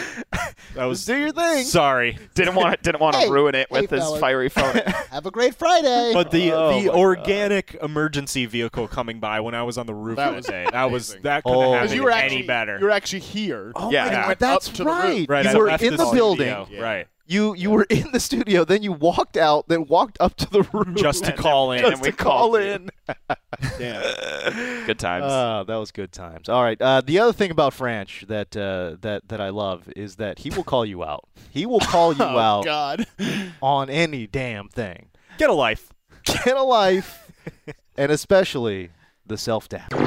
S4: that was.
S9: Do your thing.
S4: Sorry,
S3: didn't want to, didn't want to
S9: Hey,
S3: ruin it
S9: hey,
S3: with his
S9: fellas. *laughs*
S3: fiery phone.
S9: Have a great Friday.
S4: *laughs* But the
S3: Oh my
S4: the
S3: God.
S4: organic emergency vehicle coming by when I was on the roof
S2: That
S4: that,
S2: was
S4: day. That was
S2: amazing.
S4: that couldn't
S1: Oh.
S4: happen
S2: Because you were
S4: any
S2: actually
S4: better.
S2: You were actually here.
S1: Oh
S4: Yeah.
S1: my
S4: Yeah.
S1: God,
S2: Went
S1: that's
S2: up to the roof.
S1: right.
S4: right, I
S1: you were
S4: left
S1: in the
S4: studio.
S1: building.
S2: *laughs*
S4: right?
S1: You you were *laughs* in the studio, then you walked out, then walked up to the room *laughs*
S4: Just to call in,
S1: just
S4: and we
S1: to call
S4: called you.
S1: in. *laughs*
S3: Good times.
S9: Uh,
S1: Ah, that was good times. All right. Uh, the other thing about Franch that uh, that that I love is that he will call you out. He will
S4: *laughs*
S1: call
S4: Oh,
S1: you out
S2: Oh, God.
S1: on any damn thing.
S4: Get a life.
S1: Get a life, and especially the self doubt.
S2: Um,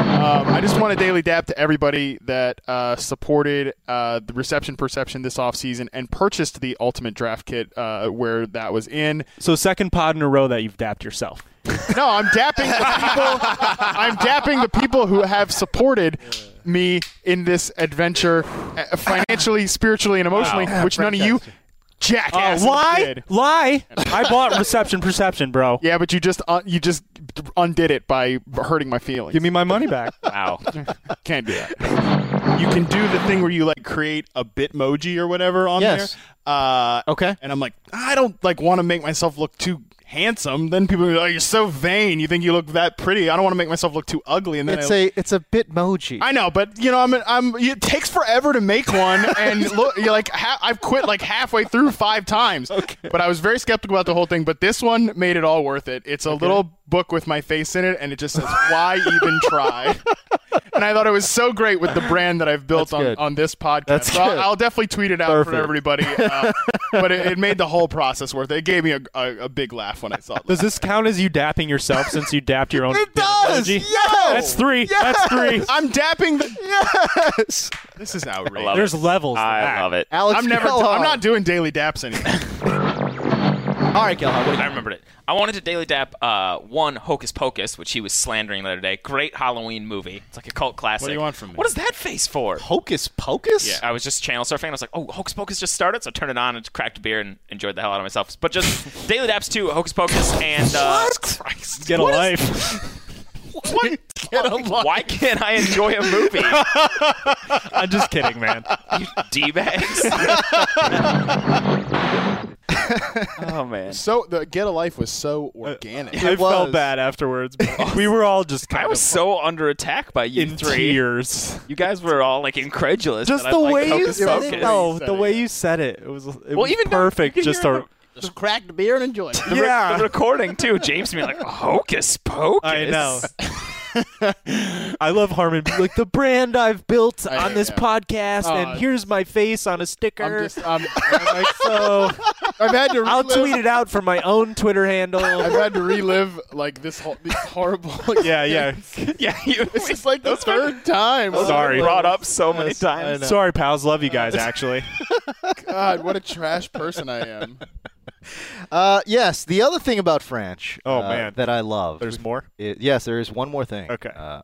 S2: I just want to daily dap to everybody that uh, supported uh, the reception perception this offseason and purchased the ultimate draft kit uh, where that was in.
S4: So second pod in a row that you've dapped yourself.
S2: No, I'm dapping the people. I'm dapping the people who have supported me in this adventure, uh, financially, spiritually, and emotionally, which none of you jackasses
S4: lie,
S2: did.
S4: lie. Uh, I bought reception perception, bro.
S2: Yeah, but you just uh, you just undid it by hurting my feelings.
S4: Give me my money back. *laughs*
S3: Wow.
S2: *laughs* Can't do that. You can do the thing where you like create a bitmoji or whatever on
S1: Yes.
S2: there. Uh,
S1: Okay.
S2: And I'm like, I don't like want to make myself look too handsome. Then people are like, oh, you're so vain. You think you look that pretty. I don't want to make myself look too ugly. And then
S1: It's
S2: I,
S1: a it's a bitmoji.
S2: I know, but you know, I'm I'm. It takes forever to
S1: *laughs*
S2: make one, and look, you're like ha- I've quit like halfway through five times. But I was very skeptical about the whole thing. But this one made it all worth it. It's a little book with my face in it, and it just says "Why even
S1: *laughs*
S2: try." And I thought it was so great with the brand that I've built
S1: That's
S2: on,
S1: good.
S2: on this podcast.
S1: That's
S2: so I'll-
S1: good.
S2: I'll definitely tweet it out for
S1: Perfect.
S2: everybody.
S1: *laughs*
S2: Uh, but it, it made the whole process worth it. It gave me a, a, a big laugh when I saw it.
S4: Does this count as you dapping yourself since you dapped your own?
S1: It does.
S4: emoji?
S1: Yes.
S4: That's three. That's three.
S2: I'm
S1: *laughs*
S2: dapping the.
S1: yes.
S2: This is outrageous.
S3: love
S4: There's levels. to
S3: I
S4: that.
S3: love it.
S1: Alex,
S2: I'm never.
S1: Kellogg.
S2: I'm not doing daily daps anymore.
S1: All right, Kellogg. What do
S3: I
S1: you-
S3: remembered it. I wanted to daily dap uh, one Hocus Pocus, which he was slandering the other day. Great Halloween movie. It's like a cult classic.
S2: you want from me?
S3: What is that face for?
S1: Hocus pocus.
S3: Yeah, I was just channel surfing. and I was like, oh, Hocus Pocus just started, so I turned it on and cracked a beer and enjoyed the hell out of myself. But *laughs* just daily daps too, Hocus Pocus and uh, *laughs* Christ.
S4: Get a
S3: What is-
S4: life. *laughs*
S9: *laughs*
S3: what? Why can't I enjoy a *laughs* movie?
S4: I'm just kidding, man.
S3: you d bags. *laughs* oh man.
S2: So the get a life was so organic.
S4: I
S1: was.
S4: felt bad afterwards. but we were all just kind
S3: I was
S4: of
S3: so under attack by *laughs* you
S4: in
S3: three.
S4: tears.
S3: You guys were all like incredulous.
S4: Just
S3: that
S4: the
S3: I liked
S4: way you
S3: Hocus
S4: said
S3: Pocus.
S4: it. No,
S2: Said
S4: the
S2: it,
S4: way
S2: yeah.
S4: you said it. It was, it
S3: Well,
S4: was
S3: even *laughs*
S4: perfect. Just our.
S9: Just crack the beer and enjoy it.
S4: *laughs*
S3: the, re-
S4: Yeah.
S3: *laughs* the recording too. James being like Hocus Pocus.
S4: I know. *laughs* I love Harmon. being Like the brand I've built
S2: I-
S4: on this
S2: yeah.
S4: podcast,
S2: Uh,
S4: and here's my face on a
S2: I'm
S4: sticker.
S2: just. *laughs* I'm,
S4: like, so
S2: I've had to. Relive,
S4: I'll tweet it out from my own Twitter
S2: *laughs*
S4: handle.
S2: I've had to relive like this whole these horrible.
S4: yeah, *laughs* yeah.
S3: Yeah, you.
S2: This is like the third time.
S4: *laughs* Sorry.
S3: Brought up so many
S1: Yes,
S3: times.
S1: I know.
S4: Sorry, pals. Love you guys. Actually,
S2: Oh, God, what a trash person I am.
S1: Uh, yes. The other thing about French.
S4: Oh,
S1: uh,
S4: man.
S1: that I love.
S4: there's more.
S1: It- yes, there is one more thing.
S4: Okay.
S1: Uh,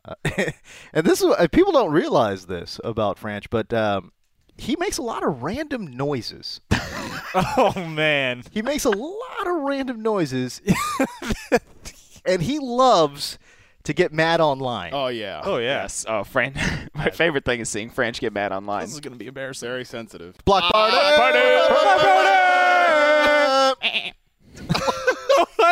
S1: *laughs* and this is uh, people don't realize this about French, but um, he makes a lot of random noises.
S4: *laughs* Oh man.
S1: He makes a lot of random noises, *laughs* and he loves to get mad online.
S2: Oh yeah.
S4: Oh yeah. *laughs*
S3: Yes. Oh, Fran. *laughs* My favorite thing is seeing French get mad online.
S2: This is gonna be embarrassing. Very sensitive.
S1: Block party!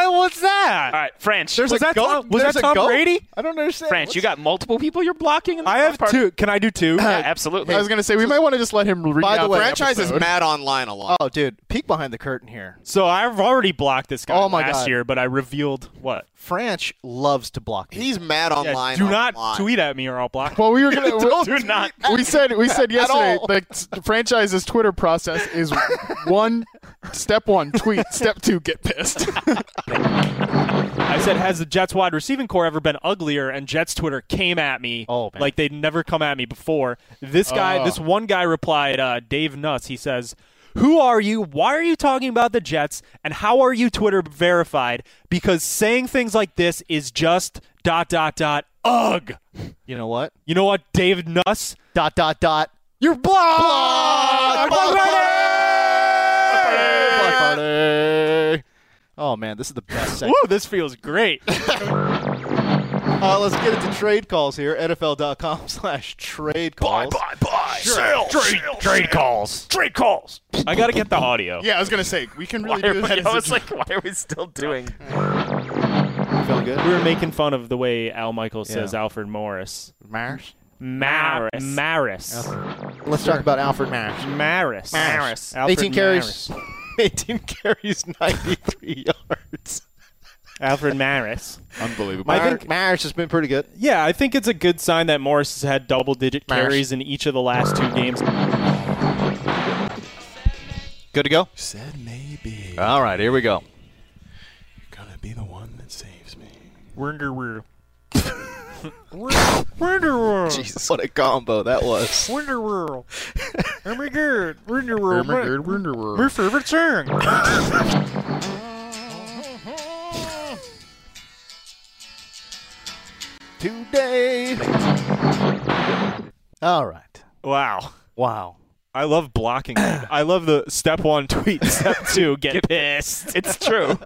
S4: What's that?
S3: All right, French.
S1: There's
S4: was
S1: a
S4: that
S1: goat-
S4: Tom, was
S1: there's
S4: that
S1: a
S4: Tom
S1: goat?
S4: Brady?
S1: I don't understand.
S3: French, you got multiple people you're blocking. In the
S4: I have
S3: party?
S4: two. Can I do two?
S3: Yeah, absolutely.
S2: I was gonna say we might want to just let him read.
S1: By the
S2: out
S1: way,
S9: Franchise is
S2: episode.
S9: mad online a lot.
S1: Oh, dude, peek behind the curtain here.
S4: So I've already blocked this guy
S1: Oh, my
S4: last
S1: God.
S4: year, but I revealed what?
S1: French loves to block. people.
S9: He's mad
S4: Yeah,
S9: online.
S4: do not
S9: online.
S4: tweet at me or I'll block. you.
S2: Well, we were gonna.
S4: *laughs*
S3: do not.
S2: *laughs* we said we said yesterday
S1: all.
S2: the t- franchise's Twitter process is one step one tweet, step two get pissed.
S4: I said, has the Jets wide receiving core ever been uglier? And Jets Twitter came at me
S1: Oh, man.
S4: like they'd never come at me before. This guy,
S2: Oh.
S4: this one guy replied, uh, Dave Nuts. He says, "Who are you? Why are you talking about the Jets? And how are you Twitter verified? Because saying things like this is just dot dot dot ugh."
S1: You know what?
S4: You know what, Dave Nuss?
S1: Dot dot dot.
S4: You're blocked.
S1: Block
S4: Blocked!
S1: party! Block
S2: *laughs*
S1: party! Oh man, this is the best segment.
S4: *laughs* Woo, this feels great.
S1: Uh, let's get into trade calls here. NFL.com *laughs* slash trade calls. Buy, buy, buy.
S6: Sell,
S4: Trade- sell, trade sell. calls.
S6: Trade calls.
S4: I got to get the audio.
S2: *laughs* Yeah, I was gonna say we can really
S3: Why
S2: do
S3: are
S2: this.
S3: we-
S2: as
S3: *laughs* I
S2: a-
S3: was like, why are we still
S4: *laughs*
S3: doing?
S1: Feel good?
S4: We were making fun of the way Al Michaels
S1: Yeah.
S4: says Alfred Morris.
S1: Maris?
S4: Maris. Maris.
S1: Let's talk about Alfred Maris.
S4: Maris.
S1: Maris.
S4: Alfred
S1: 18 carries. *laughs*
S4: Maris.
S1: 18 carries, 93 *laughs* yards.
S4: Alfred Maris.
S1: Unbelievable. I
S4: Mar-
S1: think Maris has been pretty good.
S4: Yeah, I think it's a good sign that Morris has had double digit
S1: Maris.
S4: carries in each of the last two games.
S1: Good to go?
S2: Said maybe.
S1: All right, here we go.
S2: You're gonna be the one that saves me.
S4: *laughs* Wonder World.
S1: *laughs* Jesus, what a combo that was.
S4: Wonder World. Oh my god. Wonder
S2: World. Oh my God, Wonder World.
S4: My favorite song.
S1: Today. All right.
S4: Wow.
S1: Wow.
S4: I love blocking. it. I love the step one tweet, step
S1: *laughs*
S4: two get pissed. It's true.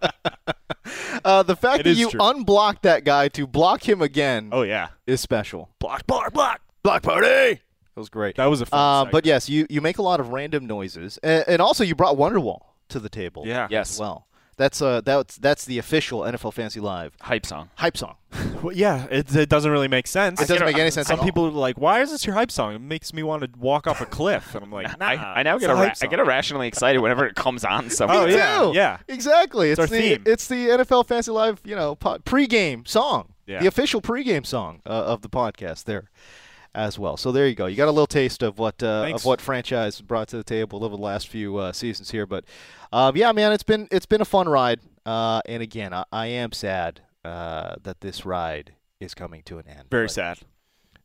S1: Uh, the fact
S4: It
S1: that
S4: is
S1: you
S4: true.
S1: unblocked that guy to block him again
S4: Oh yeah,
S1: is special.
S4: block, block, block.
S1: Block party. That was great.
S4: That was a fun.
S1: Uh,
S4: segment.
S1: but yes, you, you make a lot of random noises, and, and also you brought Wonderwall to the table.
S4: Yeah.
S1: as
S3: Yes.
S1: well. That's uh that's that's the official NFL Fantasy Live
S3: Hype song.
S1: hype song. *laughs*
S4: Well, yeah, it, it doesn't really make sense.
S1: It doesn't make any sense.
S4: Some
S1: at all.
S4: people are like, "Why is this your hype song?" It makes me want to walk off a cliff, and I'm like,
S3: I,
S4: *laughs* nah,
S3: I now
S4: it's
S3: get
S4: a
S3: a ra-
S4: hype
S3: I
S4: song.
S3: get irrationally excited whenever it comes on somewhere.
S4: Oh,
S1: Me
S4: yeah,
S1: too.
S4: yeah.
S1: exactly. It's,
S4: our
S1: the
S4: theme.
S1: it's the NFL Fantasy Live, you know, po- pregame song,
S4: Yeah.
S1: the official pregame song uh, of the podcast there, as well. So there you go. You got a little taste of what uh, of
S4: Thanks.
S1: what franchise brought to the table over the last few uh, seasons here. But um, yeah, man, it's been it's been a fun ride. Uh, and again, I, I am sad uh, that this ride is coming to an end.
S4: Very
S1: but,
S4: sad.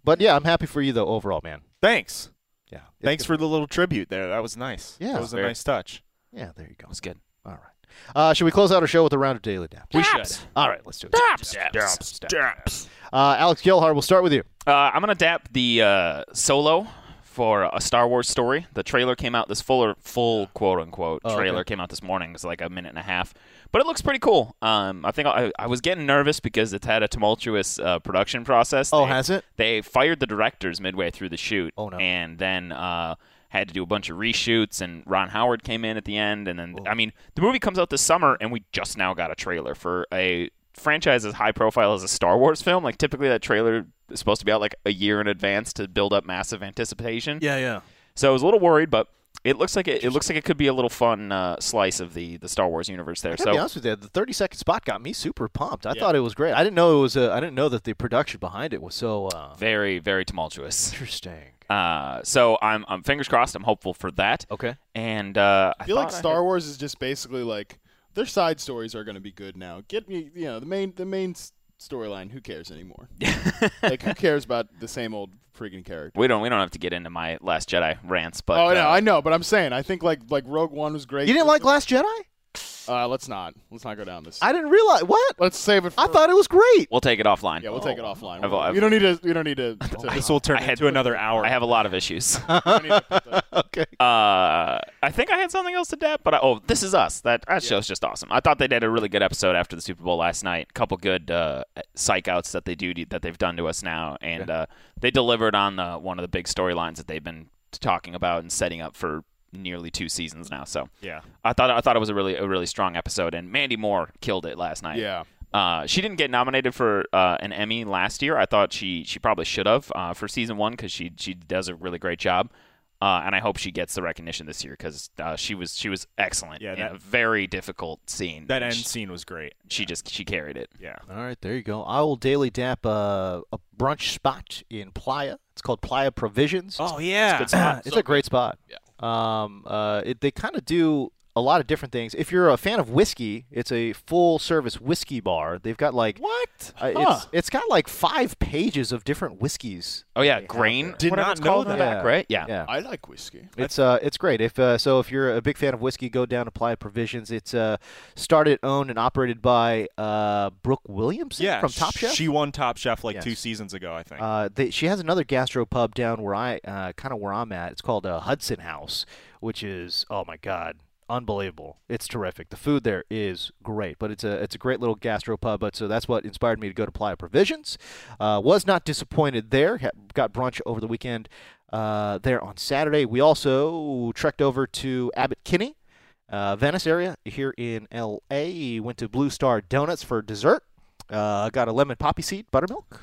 S1: But yeah, I'm happy for you though overall, man.
S4: Thanks.
S1: Yeah. It's
S4: Thanks
S1: good.
S4: for the little tribute there. That was nice.
S1: Yeah.
S4: that was a
S3: Very-
S4: nice touch.
S1: Yeah, there you go.
S3: It's good.
S1: All right. Uh, should we close out our show with a round of daily
S4: Oh.
S1: daps?
S3: We should.
S1: All right, let's do it.
S3: Daps. Daps.
S1: Uh, Alex Gilhart, we'll start with you.
S3: Uh, I'm gonna adapt the uh, solo for a Star Wars story. The trailer came out this full full quote unquote
S1: Oh, okay.
S3: trailer came out this morning. It's like a minute and a half, but it looks pretty cool. Um, I think I, I was getting nervous because it's had a tumultuous uh, production process.
S1: Oh,
S3: They-
S1: has it?
S3: They fired the directors midway through the shoot.
S1: Oh, no.
S3: And then uh, had to do a bunch of reshoots, and Ron Howard came in at the end. And then, I mean, the movie comes out this summer, and we just now got a trailer for a franchise as high profile as a Star Wars film. Like, typically, that trailer is supposed to be out like a year in advance to build up massive anticipation.
S1: Yeah, yeah.
S3: So I was a little worried, but. It looks like it, it looks like it could be a little fun uh, slice of the, the Star Wars universe there.
S1: I gotta
S3: So
S1: be honest with you, the 30 second spot got me super pumped. I thought it was great. I didn't know it was. Uh, I didn't know that the production behind it was so uh,
S3: very very tumultuous.
S1: interesting.
S3: Uh, so I'm, I'm fingers crossed. I'm hopeful for that.
S1: Okay.
S3: And uh, I
S2: I feel like
S3: thought I
S2: Star Wars is just basically like their side stories are going to be good now. Get me, you know, the main the main s- storyline. Who cares
S3: *laughs*
S2: anymore? like who cares about the same old friggin' character?
S3: We don't we don't have to get into my Last Jedi rants, but
S2: oh
S3: uh,
S2: no, I know, but I'm saying I think like like Rogue One was great.
S1: You didn't like Last Jedi?
S2: Uh, let's not. Let's not go down this.
S1: I didn't realize what.
S2: let's save it. For,
S1: I thought it was great.
S3: we'll take it
S2: *laughs*
S3: offline.
S2: Yeah, we'll take it offline.
S3: I've- I've-
S2: we don't need to. We don't need *laughs* to. to-
S4: This will turn
S3: I had-
S4: into another hour.
S3: I have a lot of issues. uh,
S2: *laughs* we don't need to put the-
S1: okay.
S3: I think I had something else to dab, but I, oh, this is us. That that show's just awesome. I thought they did a really good episode after the Super Bowl last night. A couple good uh, psych outs that they do that they've done to us now, and uh, they delivered on the one of the big storylines that they've been talking about and setting up for nearly two seasons now. So
S4: yeah.
S3: I thought I thought it was a really a really strong episode, and Mandy Moore killed it last night.
S2: Yeah.
S3: Uh, she didn't get nominated for uh, an Emmy last year. I thought she she probably should have uh, for season one because she she does a really great job, uh, and I hope she gets the recognition this year because uh, she was she was excellent.
S4: Yeah,
S3: in
S4: that-
S3: a very difficult scene.
S4: That end
S3: she,
S4: scene was great.
S3: She just she carried it.
S4: Yeah.
S1: All right, there you go. I will daily dap uh, a brunch spot in Playa. It's called Playa Provisions.
S4: Oh yeah.
S1: It's, *clears throat* it's a great spot. Yeah. Um, uh, it, they kind of do a lot of different things. If you're a fan of whiskey, it's a full service whiskey bar. They've got like
S4: What?
S1: Uh,
S4: Huh.
S1: It's it's got like five pages of different whiskeys.
S3: Oh yeah,
S1: they have
S3: grain.
S1: there.
S4: Did
S3: whatever
S4: not
S3: it's called
S4: know
S3: in the
S1: that.
S3: back, right? Yeah.
S1: Yeah.
S2: I like whiskey.
S1: It's uh, it's great. If uh, so, if you're a big fan of whiskey, go down to Applied Provisions. It's uh, started, owned, and operated by uh, Brooke Williamson
S4: yeah.
S1: from Top Chef.
S4: She won Top Chef like
S1: Yes.
S4: two seasons ago, I think.
S1: Uh, they, she has another gastro pub down where I uh, kind of where I'm at. It's called uh, Hudson House, which is oh my god, unbelievable. It's terrific. The food there is great, but it's a it's a great little gastro pub. But so that's what inspired me to go to Playa Provisions. Uh, was not disappointed there. Ha- Got brunch over the weekend uh, there on Saturday. We also trekked over to Abbott Kinney, uh, Venice area here in L.A. Went to Blue Star Donuts for dessert. Uh, got a lemon poppy seed buttermilk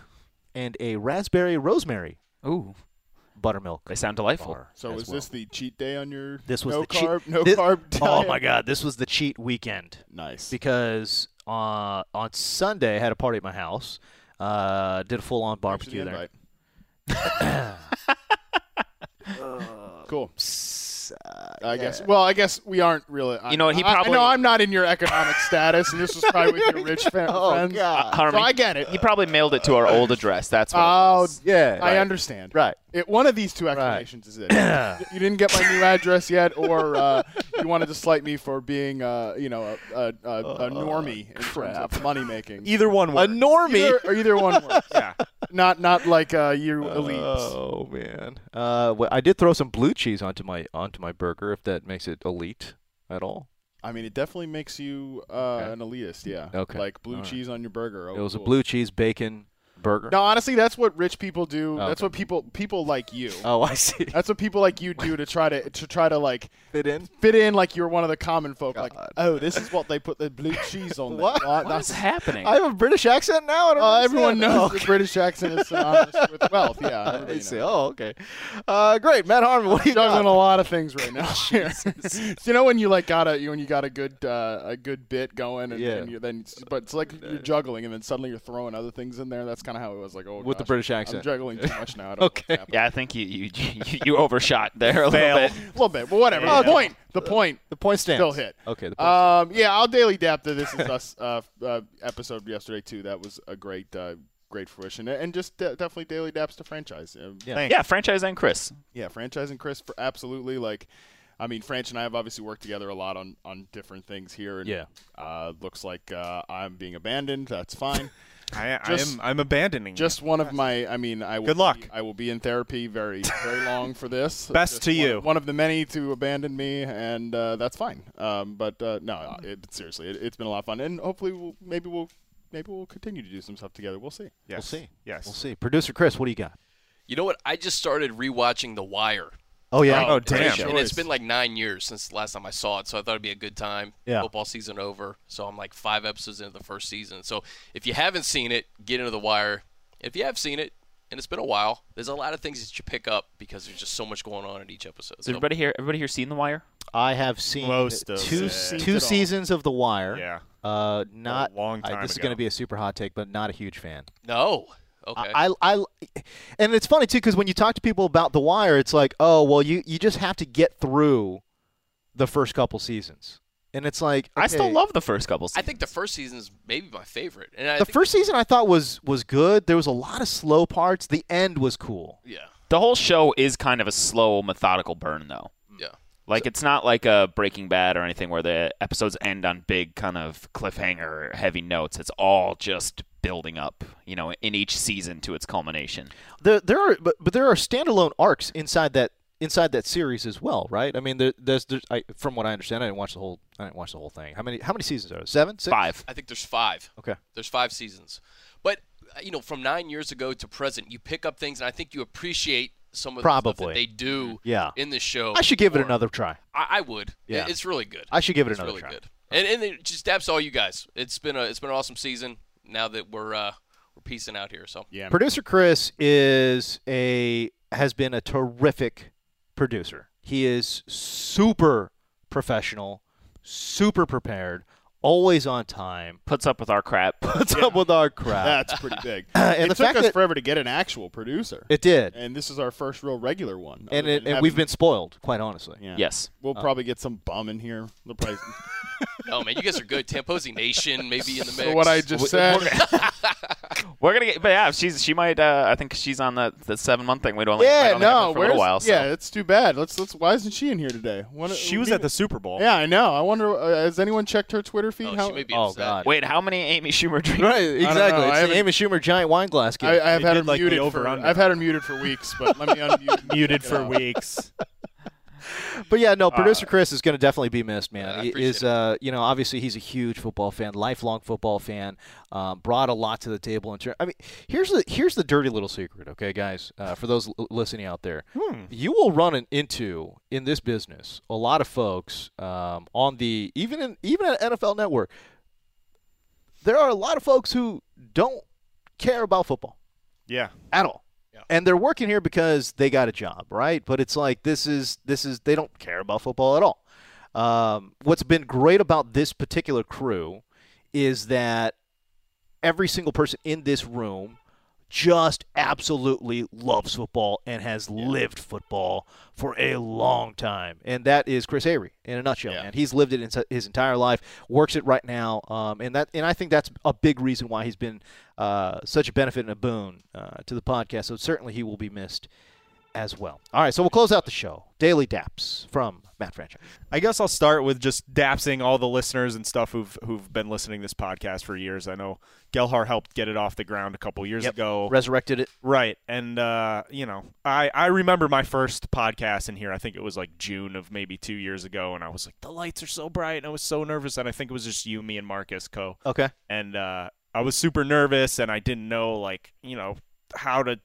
S1: and a raspberry rosemary.
S3: Ooh.
S1: Buttermilk.
S3: They sound delightful.
S2: So
S1: as
S2: is this the cheat day on your
S1: this was
S2: no
S1: the
S2: carb,
S1: cheat.
S2: no
S1: thi-
S2: carb diet?
S1: *laughs* Oh my God, this was the cheat weekend.
S2: Nice.
S1: Because uh, on Sunday I had a party at my house. Uh, did a full on barbecue there. *laughs*
S2: cool.
S1: uh,
S2: I guess. Well, I guess we aren't really. I,
S3: You know, he
S2: I- I-
S3: probably- *laughs*
S2: no, I'm not in your economic status, and this was probably
S1: *laughs*
S2: with your rich fa-
S1: Oh,
S2: friends.
S3: Uh, Harmon,
S2: So I get it.
S3: He probably mailed it to our old address. That's what. it
S2: Oh
S3: was.
S2: yeah, I
S3: Right.
S2: understand.
S1: Right.
S2: It, one of these two explanations
S1: *coughs*
S2: is it. you didn't get my new address yet, or uh, you wanted to slight me for being, uh, you know, a, a, a,
S1: Oh,
S2: a normie in terms of
S1: *laughs*
S2: money making.
S4: Either one works. A
S1: normie?
S2: Either, or either one
S1: *laughs*
S2: works.
S4: yeah.
S2: Not not like uh, you elites.
S1: Oh man. Uh, well, I did throw some blue cheese onto my onto my burger. If that makes it elite at all.
S2: I mean, it definitely makes you uh, an elitist. Yeah.
S1: Okay.
S2: Like blue
S1: All right.
S2: cheese on your burger. Oh,
S1: it was a
S2: cool.
S1: blue cheese bacon burger.
S2: No, honestly, that's what rich people do.
S1: Oh,
S2: That's what people people like you.
S1: Oh, I see.
S2: That's what people like you do to try to to try to like
S1: Fit in.
S2: *laughs* fit in like you're one of the common folk. Like, oh, this is what they put the blue cheese
S1: *laughs*
S2: on.
S1: What?
S3: What is happening?
S1: I have a British accent now. I don't
S2: Uh,
S1: understand.
S2: everyone knows
S1: Oh,
S2: the British accent
S1: *laughs*
S2: is synonymous with wealth. Yeah, *laughs*
S1: okay. I
S2: everybody
S1: see.
S2: knows.
S1: Oh, okay. Uh, great, Matt Harmon. What do you
S2: juggling
S1: got?
S2: a lot of
S1: *laughs*
S2: things right now. Here. *laughs* you know when you like got a you when you got a good uh, a good bit going, and,
S1: Yeah.
S2: and you then but it's like you're juggling, and then suddenly you're throwing other things in there. That's kind of how it was like. Oh,
S1: With the
S2: gosh,
S1: British accent.
S2: I'm juggling too
S1: *laughs*
S2: much now. I don't know what's
S1: Okay.
S2: happening.
S3: Yeah, I think you you, you, you overshot there a
S4: Fail.
S3: little bit.
S2: a little bit, but whatever.
S4: Yeah.
S2: The point, the point,
S1: The point stands.
S2: still hit.
S1: Okay. The point
S2: Um, yeah, I'll daily dap to this is us *laughs* uh, uh, episode yesterday too. That was a great, uh, great fruition, and just de- definitely daily daps to franchise. Uh,
S1: Yeah.
S3: Yeah, franchise and Chris.
S2: yeah, franchise and Chris, for absolutely. Like, I mean, Franch and I have obviously worked together a lot on on different things here. And,
S1: Yeah.
S2: uh, looks like uh, I'm being abandoned. That's
S1: *laughs*
S2: fine.
S4: I,
S2: Just-
S4: I am, I'm abandoning. you.
S2: just one of my. I mean, I will
S4: Good luck.
S2: Be, I will be in therapy very very long for this.
S4: Best
S2: Just
S4: to
S2: one-
S4: you.
S2: One of the many to abandon me, and uh, that's fine. Um, but uh, no, it, seriously, it, it's been a lot of fun, and hopefully, we'll maybe we'll maybe we'll continue to do some stuff together. We'll see.
S4: Yes.
S1: We'll see.
S4: Yes.
S1: We'll see. Producer Chris, what do you got?
S5: You know what? I just started rewatching The Wire.
S1: Oh yeah.
S4: Oh, damn.
S5: And
S2: choice.
S5: it's been like nine years since the last time I saw it, so I thought it'd be a good time.
S1: Yeah.
S5: Football season over, so I'm like five episodes into the first season. So if you haven't seen it, get into The Wire. If you have seen it, and it's been a while, there's a lot of things that you pick up because there's just so much going on in each episode.
S3: Has
S5: So-
S3: everybody here everybody here seen The Wire?
S1: I have seen
S4: Most of
S1: two
S4: it.
S1: se-
S4: Seen
S1: two
S4: it all.
S1: seasons of The Wire.
S4: Yeah.
S1: Uh, not
S4: long
S1: I-
S4: time
S1: this is going to
S4: ago.
S1: be a super hot take, but not a huge fan.
S5: No. Okay.
S1: I, I, I- and it's funny too because when you talk to people about The Wire, it's like, oh, well, you you just have to get through the first couple seasons, and it's like
S3: I still
S1: okay,
S3: love the first couple.
S5: I
S3: Seasons.
S5: think the first season is maybe my favorite. And I
S1: the
S5: think-
S1: first season. I thought was was good. There was a lot of slow parts. The end was cool.
S5: Yeah.
S3: the whole show is kind of a slow, methodical burn, though.
S1: Hmm.
S5: Yeah.
S3: Like it's not like a Breaking Bad or anything where the episodes end on big kind of cliffhanger, heavy notes. It's all just building up, you know, in each season to its culmination.
S1: There there are but, but there are standalone arcs inside that inside that series as well, right? I mean, there, there's, there's I, from what I understand, I didn't watch the whole I didn't watch the whole thing. How many how many seasons are there? Seven, six?
S3: Five.
S5: I think there's five.
S1: Okay.
S5: There's five seasons. But, uh, you know, from nine years ago to present, you pick up things, and I think you appreciate some of the stuff
S1: Probably. Mm-hmm.
S5: that they do
S1: Yeah.
S5: in the show.
S1: I should give it
S5: more.
S1: another try.
S5: I, I would.
S1: Yeah.
S5: Yeah. It's really good.
S1: I should give it
S5: it's
S1: another
S5: really
S1: try.
S5: good. And, and it just daps to all you guys. It's been a it's been an awesome season now that we're uh, we're piecing out here. So
S2: Yeah.
S1: Producer Chris is a has been a terrific producer. He is super professional, super prepared, always on time. *laughs*
S3: Puts up with our crap.
S1: What's up with our crap?
S2: That's pretty big.
S1: And
S2: it
S1: the
S2: took
S1: fact
S2: us
S1: that-
S2: forever to get an actual producer,
S1: it did,
S2: and this is our first real regular one.
S1: and
S2: other
S1: it,
S2: than
S1: and we've
S2: having-
S1: been spoiled, quite honestly.
S2: Yeah.
S3: *laughs* Yes.
S2: We'll probably get some bum in here. They'll probably-
S5: oh man, you guys are good. Tamposi Nation maybe in the
S1: *laughs*
S5: mix.
S2: for what I just said.
S3: We're gonna get, but yeah, she's she might. Uh, I think she's on the, the seven month thing. We don't.
S2: yeah,
S3: might only have her
S2: no,
S3: for a little
S2: where's-
S3: while. so.
S2: Yeah, it's too bad. Let's let's. Why isn't she in here today? What-
S4: She was
S2: we-
S4: at the Super Bowl.
S2: Yeah, I know. I wonder. Uh, has anyone checked her Twitter feed?
S5: Oh,
S2: How-
S5: she may be
S1: Oh
S5: upset.
S1: God.
S3: Wait, how many Amy Schumer drinks?
S1: Right, exactly.
S2: know. I
S1: It's the
S2: haven't-
S1: Amy Schumer giant wine glass game.
S2: I, I have
S4: They
S2: had
S4: did
S2: her
S4: like the
S2: muted for.
S1: *laughs*
S4: over-under.
S2: I've had her muted for weeks, but let me unmute.
S4: Muted for
S2: Yeah.
S4: weeks.
S1: But yeah, no,
S4: Uh,
S1: producer Chris is going to definitely be missed, man.
S4: I
S1: He is uh, you know, obviously he's a huge football fan, lifelong football fan. Um, brought a lot to the table in terms. I mean, here's the here's the dirty little secret, okay, guys? Uh, for those l- listening out there,
S4: Hmm.
S1: you will run in- into in this business a lot of folks um, on the even in even at NFL Network. There are a lot of folks who don't care about football
S4: Yeah.
S1: at all. And they're working here because they got a job, right? But it's like this is this is they don't care about football at all. Um, what's been great about this particular crew is that every single person in this room just absolutely loves football and has lived football for a long time. And that is Chris Avery in a nutshell, man. He's lived it in his entire life, works it right now. Um, and that and I think that's a big reason why he's been uh, such a benefit and a boon uh, to the podcast. So certainly he will be missed as well. All right, so we'll close out the show. Daily Daps from Matt Franchise.
S4: I guess I'll start with just dapsing all the listeners and stuff who've who've been listening to this podcast for years. I know Gelhar helped get it off the ground a couple years ago.
S1: Resurrected it.
S4: Right. And uh, you know, I, I remember my first podcast in here, I think it was like June of maybe two years ago, and I was like, The lights are so bright and I was so nervous and I think it was just you, me and Marcus Co.
S1: Okay.
S4: And uh, I was super nervous and I didn't know like, you know, how to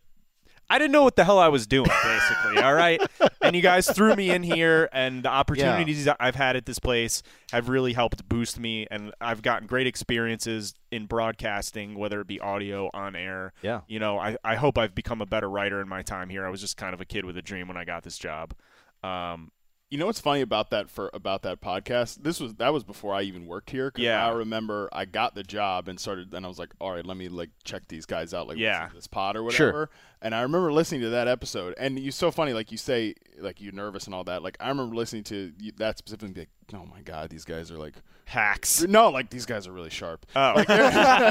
S4: I didn't know what the hell I was doing,
S2: *laughs*
S4: basically. all right. And you guys threw me in here, and the opportunities I've had at this place have really helped boost me. And I've gotten great experiences in broadcasting, whether it be audio, on air.
S1: Yeah.
S4: You know, I, I hope I've become a better writer in my time here. I was just kind of a kid with a dream when I got this job. Um,
S2: You know what's funny about that for about that podcast? This was that was before I even worked here. 'cause
S4: Yeah.
S2: I remember I got the job and started, and I was like, all right, let me like check these guys out, like
S4: Yeah.
S2: listen to this pod or
S4: Sure.
S2: whatever. And I remember listening to that episode, and you so funny, like you say, like you're nervous and all that. Like I remember listening to you- that specifically, and be like, oh my god, these guys are like
S4: hacks.
S2: No, like these guys are really sharp.
S4: Oh.
S2: *laughs* Like, they're-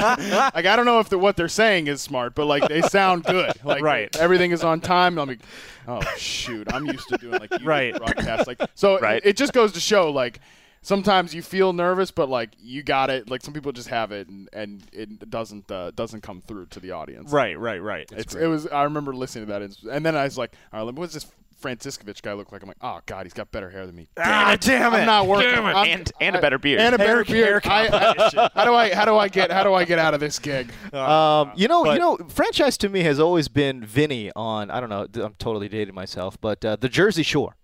S2: like, I don't know if the, what they're saying is smart, but like they sound
S4: *laughs*
S2: good. Like
S4: Right.
S2: everything is on time. I'm like, oh shoot, I'm used to doing like
S4: Right.
S2: broadcast. Like so, it-
S4: *laughs* Right.
S2: it, just goes to show like sometimes you feel nervous, but like you got it. Like some people just have it, and, and it doesn't uh, doesn't come through to the audience.
S4: Right, right, right.
S2: It's,
S4: great.
S2: it was. I remember listening to that, and, and then I was like, all right, let me- what's this Franciscovich guy look like? I'm like, oh god, he's got better hair than me.
S4: Ah, damn it.
S2: I'm not working.
S4: Damn it.
S2: I'm-
S4: And- and a better beard.
S2: And a better
S4: Hair- hair
S2: beard. I- I- how do I how do I get how do I get out of this gig?
S1: Um, you know, you know, franchise to me has always been Vinny on. I don't know. I'm totally dating myself, but uh, the Jersey Shore.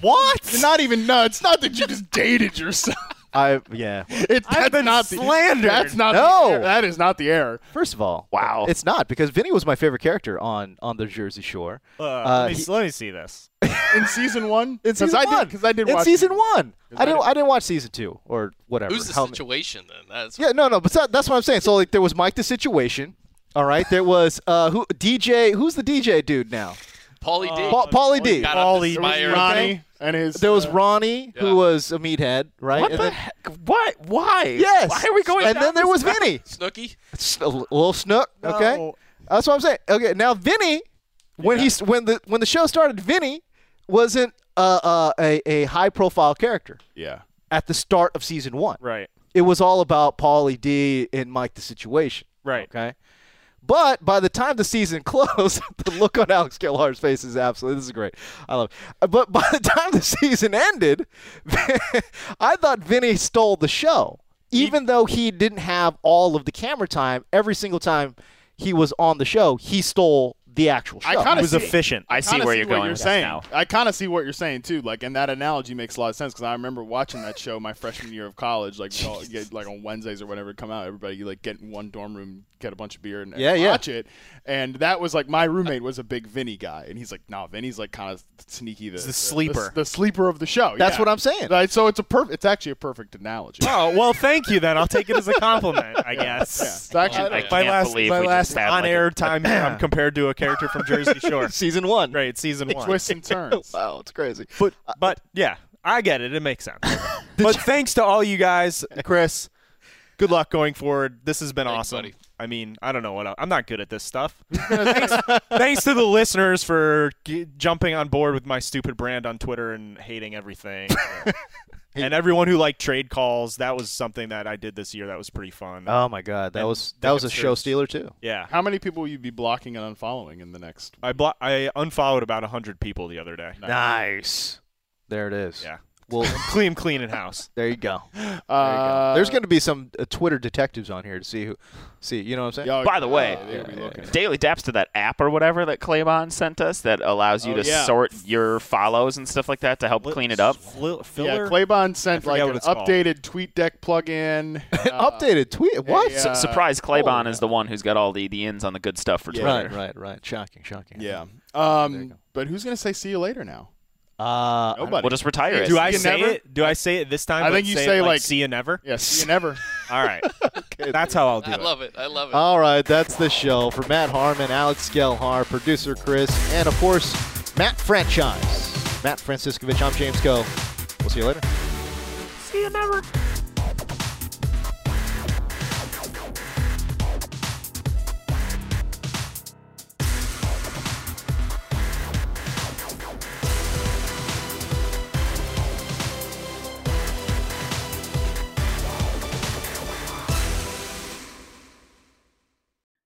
S2: What? You're not even no. It's not that you just dated yourself. *laughs*
S1: I yeah.
S2: It's that's not
S4: slandered.
S2: The, that's not
S1: No.
S2: The, error. that is not the error.
S1: First of all, wow, it's not because Vinny was my favorite character on on the Jersey Shore.
S4: Uh, let, me,
S1: he-
S4: let me see this.
S2: in season one.
S1: in season
S2: I
S1: one,
S2: because I did
S1: in
S2: watch
S1: season one. I
S2: I
S1: didn't.
S2: did-
S1: I didn't watch season two or whatever.
S5: Who's the
S1: How ma-
S5: situation then? That's
S1: Yeah, no, no, but that, that's what I'm saying. So like, there was Mike the Situation. All right, there was uh, who DJ? Who's the DJ dude now?
S5: Paulie D.
S1: Pa- Paulie D. Uh,
S5: Got up this
S2: There
S5: fire.
S2: was Ronnie and his. uh,
S1: There was Ronnie, who was a meathead, right?
S4: What
S1: and
S4: the
S1: then,
S4: heck? Why? Why?
S1: Yes.
S4: Why are we going
S1: And
S4: down
S1: then there
S4: this
S1: was
S4: road?
S1: Vinny.
S5: Snooky.
S1: S- a l- little snook. Okay,
S4: No.
S1: that's what I'm saying. Okay, now Vinny, when he he when the when the show started, Vinny wasn't uh, uh, a a high profile character
S2: Yeah.
S1: at the start of season one.
S4: Right.
S1: It was all about Paulie D and Mike the Situation.
S4: Right.
S1: Okay. But by the time the season *laughs* closed, the look on Alex Gilhart's face is absolutely this is great. I love. It. But by the *laughs* time the season ended, *laughs* I thought Vinny stole the show, even though he didn't have all of the camera time. Every single time he was on the show, he stole the actual show.
S2: I kind
S4: It
S2: of
S4: was efficient.
S3: I see
S2: kinda
S3: where
S2: see
S3: you're
S2: what
S3: going
S2: You're
S3: with this
S2: saying.
S3: now.
S2: I kind of see what you're saying too. Like, and that analogy makes a lot of sense because I remember watching that show my freshman year of college. Like, we all get, like on Wednesdays or whenever it come out, everybody you like get in one dorm room, get a bunch of beer, and, and
S1: Yeah, yeah.
S2: watch it. And that was like my roommate was a big Vinny guy, and he's like, "Nah, Vinny's like kind of sneaky, the, the
S4: sleeper.
S2: the, sleeper of the show."
S1: That's
S2: yeah.
S1: what I'm saying.
S2: Like, so it's a perfect. It's actually a perfect analogy.
S4: Oh well, thank you. Then I'll take it as a compliment, I guess.
S2: Yeah. It's actually-
S3: I
S4: my
S3: can't
S4: last,
S3: believe
S4: my
S3: we
S4: last
S3: just had, like,
S4: on-air
S3: a- *clears throat*
S4: time here, I'm compared to a character from
S3: *laughs*
S4: Jersey Shore.
S1: season one.
S4: right, season one.
S2: Twists and turns.
S1: Wow, oh, it's crazy.
S4: But
S3: Uh,
S4: but yeah, I get it. It
S3: *laughs*
S4: makes sense. but thanks to all you guys, Chris. Good luck going forward. This has been awesome.
S5: buddy.
S4: I mean, I don't know what else. I'm not good at this stuff. *laughs* thanks, thanks to the listeners for g- jumping on board with my stupid brand on Twitter and hating *laughs* everything. and everyone who liked trade calls. That was something that I did this year. That was pretty fun.
S1: Oh my God, that
S4: And
S1: was that was a
S4: Dickens
S1: show
S4: Sears.
S1: stealer too.
S4: yeah.
S2: How many people will you be blocking and unfollowing in the next?
S4: I blo- I unfollowed about 100 people the other day.
S1: Nice. There it is.
S4: Yeah.
S1: Well,
S4: *laughs* clean, clean in *laughs* house.
S1: There you go. there you go.
S4: Uh,
S1: There's going to be some uh, Twitter detectives on here to see who, see. You know what I'm saying?
S3: By
S2: uh,
S3: the way,
S1: Oh,
S3: Daily Daps to that app or whatever that Claymon sent us that allows you
S1: Oh,
S3: to
S1: yeah.
S3: sort your follows and stuff like that to help clean it up.
S2: Yeah, Claybon sent like
S3: forget
S2: an
S3: what it's called.
S2: updated tweet deck plugin.
S3: *laughs*
S1: updated tweet. What?
S3: Su- surprise,
S1: uh,
S3: Claybon is the one who's got all the, the ins on the good stuff for
S2: Yeah.
S3: Twitter.
S2: Right, right,
S1: oh, right. Shocking, shocking.
S2: Yeah. Um, but who's gonna say see you later now?
S1: Uh,
S2: Nobody.
S3: We'll just retire it.
S4: Do I
S2: You
S4: say
S2: never?
S4: it? Do I say it this time?
S2: I
S4: but
S2: think you
S4: it
S2: say,
S4: like,
S2: like,
S4: see you never.
S2: Yeah, see you
S3: *laughs*
S2: never.
S4: All *laughs* right, that's how I'll do
S5: I
S4: it.
S5: love it. I love it.
S1: All right, that's the show for Matt Harmon, Alex Gelhar, producer Chris, and of course Matt Franchise, Matt Franciscovich. I'm James Coe. We'll see you later.
S6: See you never.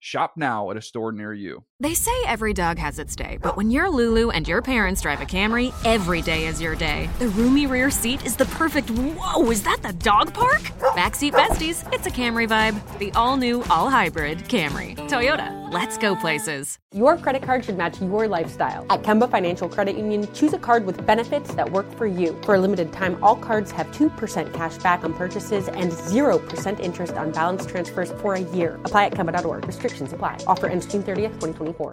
S10: Shop now at a store near you.
S11: They say every dog has its day, but when you're Lulu and your parents drive a Camry, every day is your day. The roomy rear seat is the perfect. Whoa, is that the dog park? Backseat besties, it's a Camry vibe. The all new, all hybrid Camry. Toyota, let's go places.
S12: Your credit card should match your lifestyle. At Kemba Financial Credit Union, choose a card with benefits that work for you. For a limited time, all cards have 2% cash back on purchases and 0% interest on balance transfers for a year. Apply at Kemba.org. Restrictions apply. Offer ends June 30th, 2024.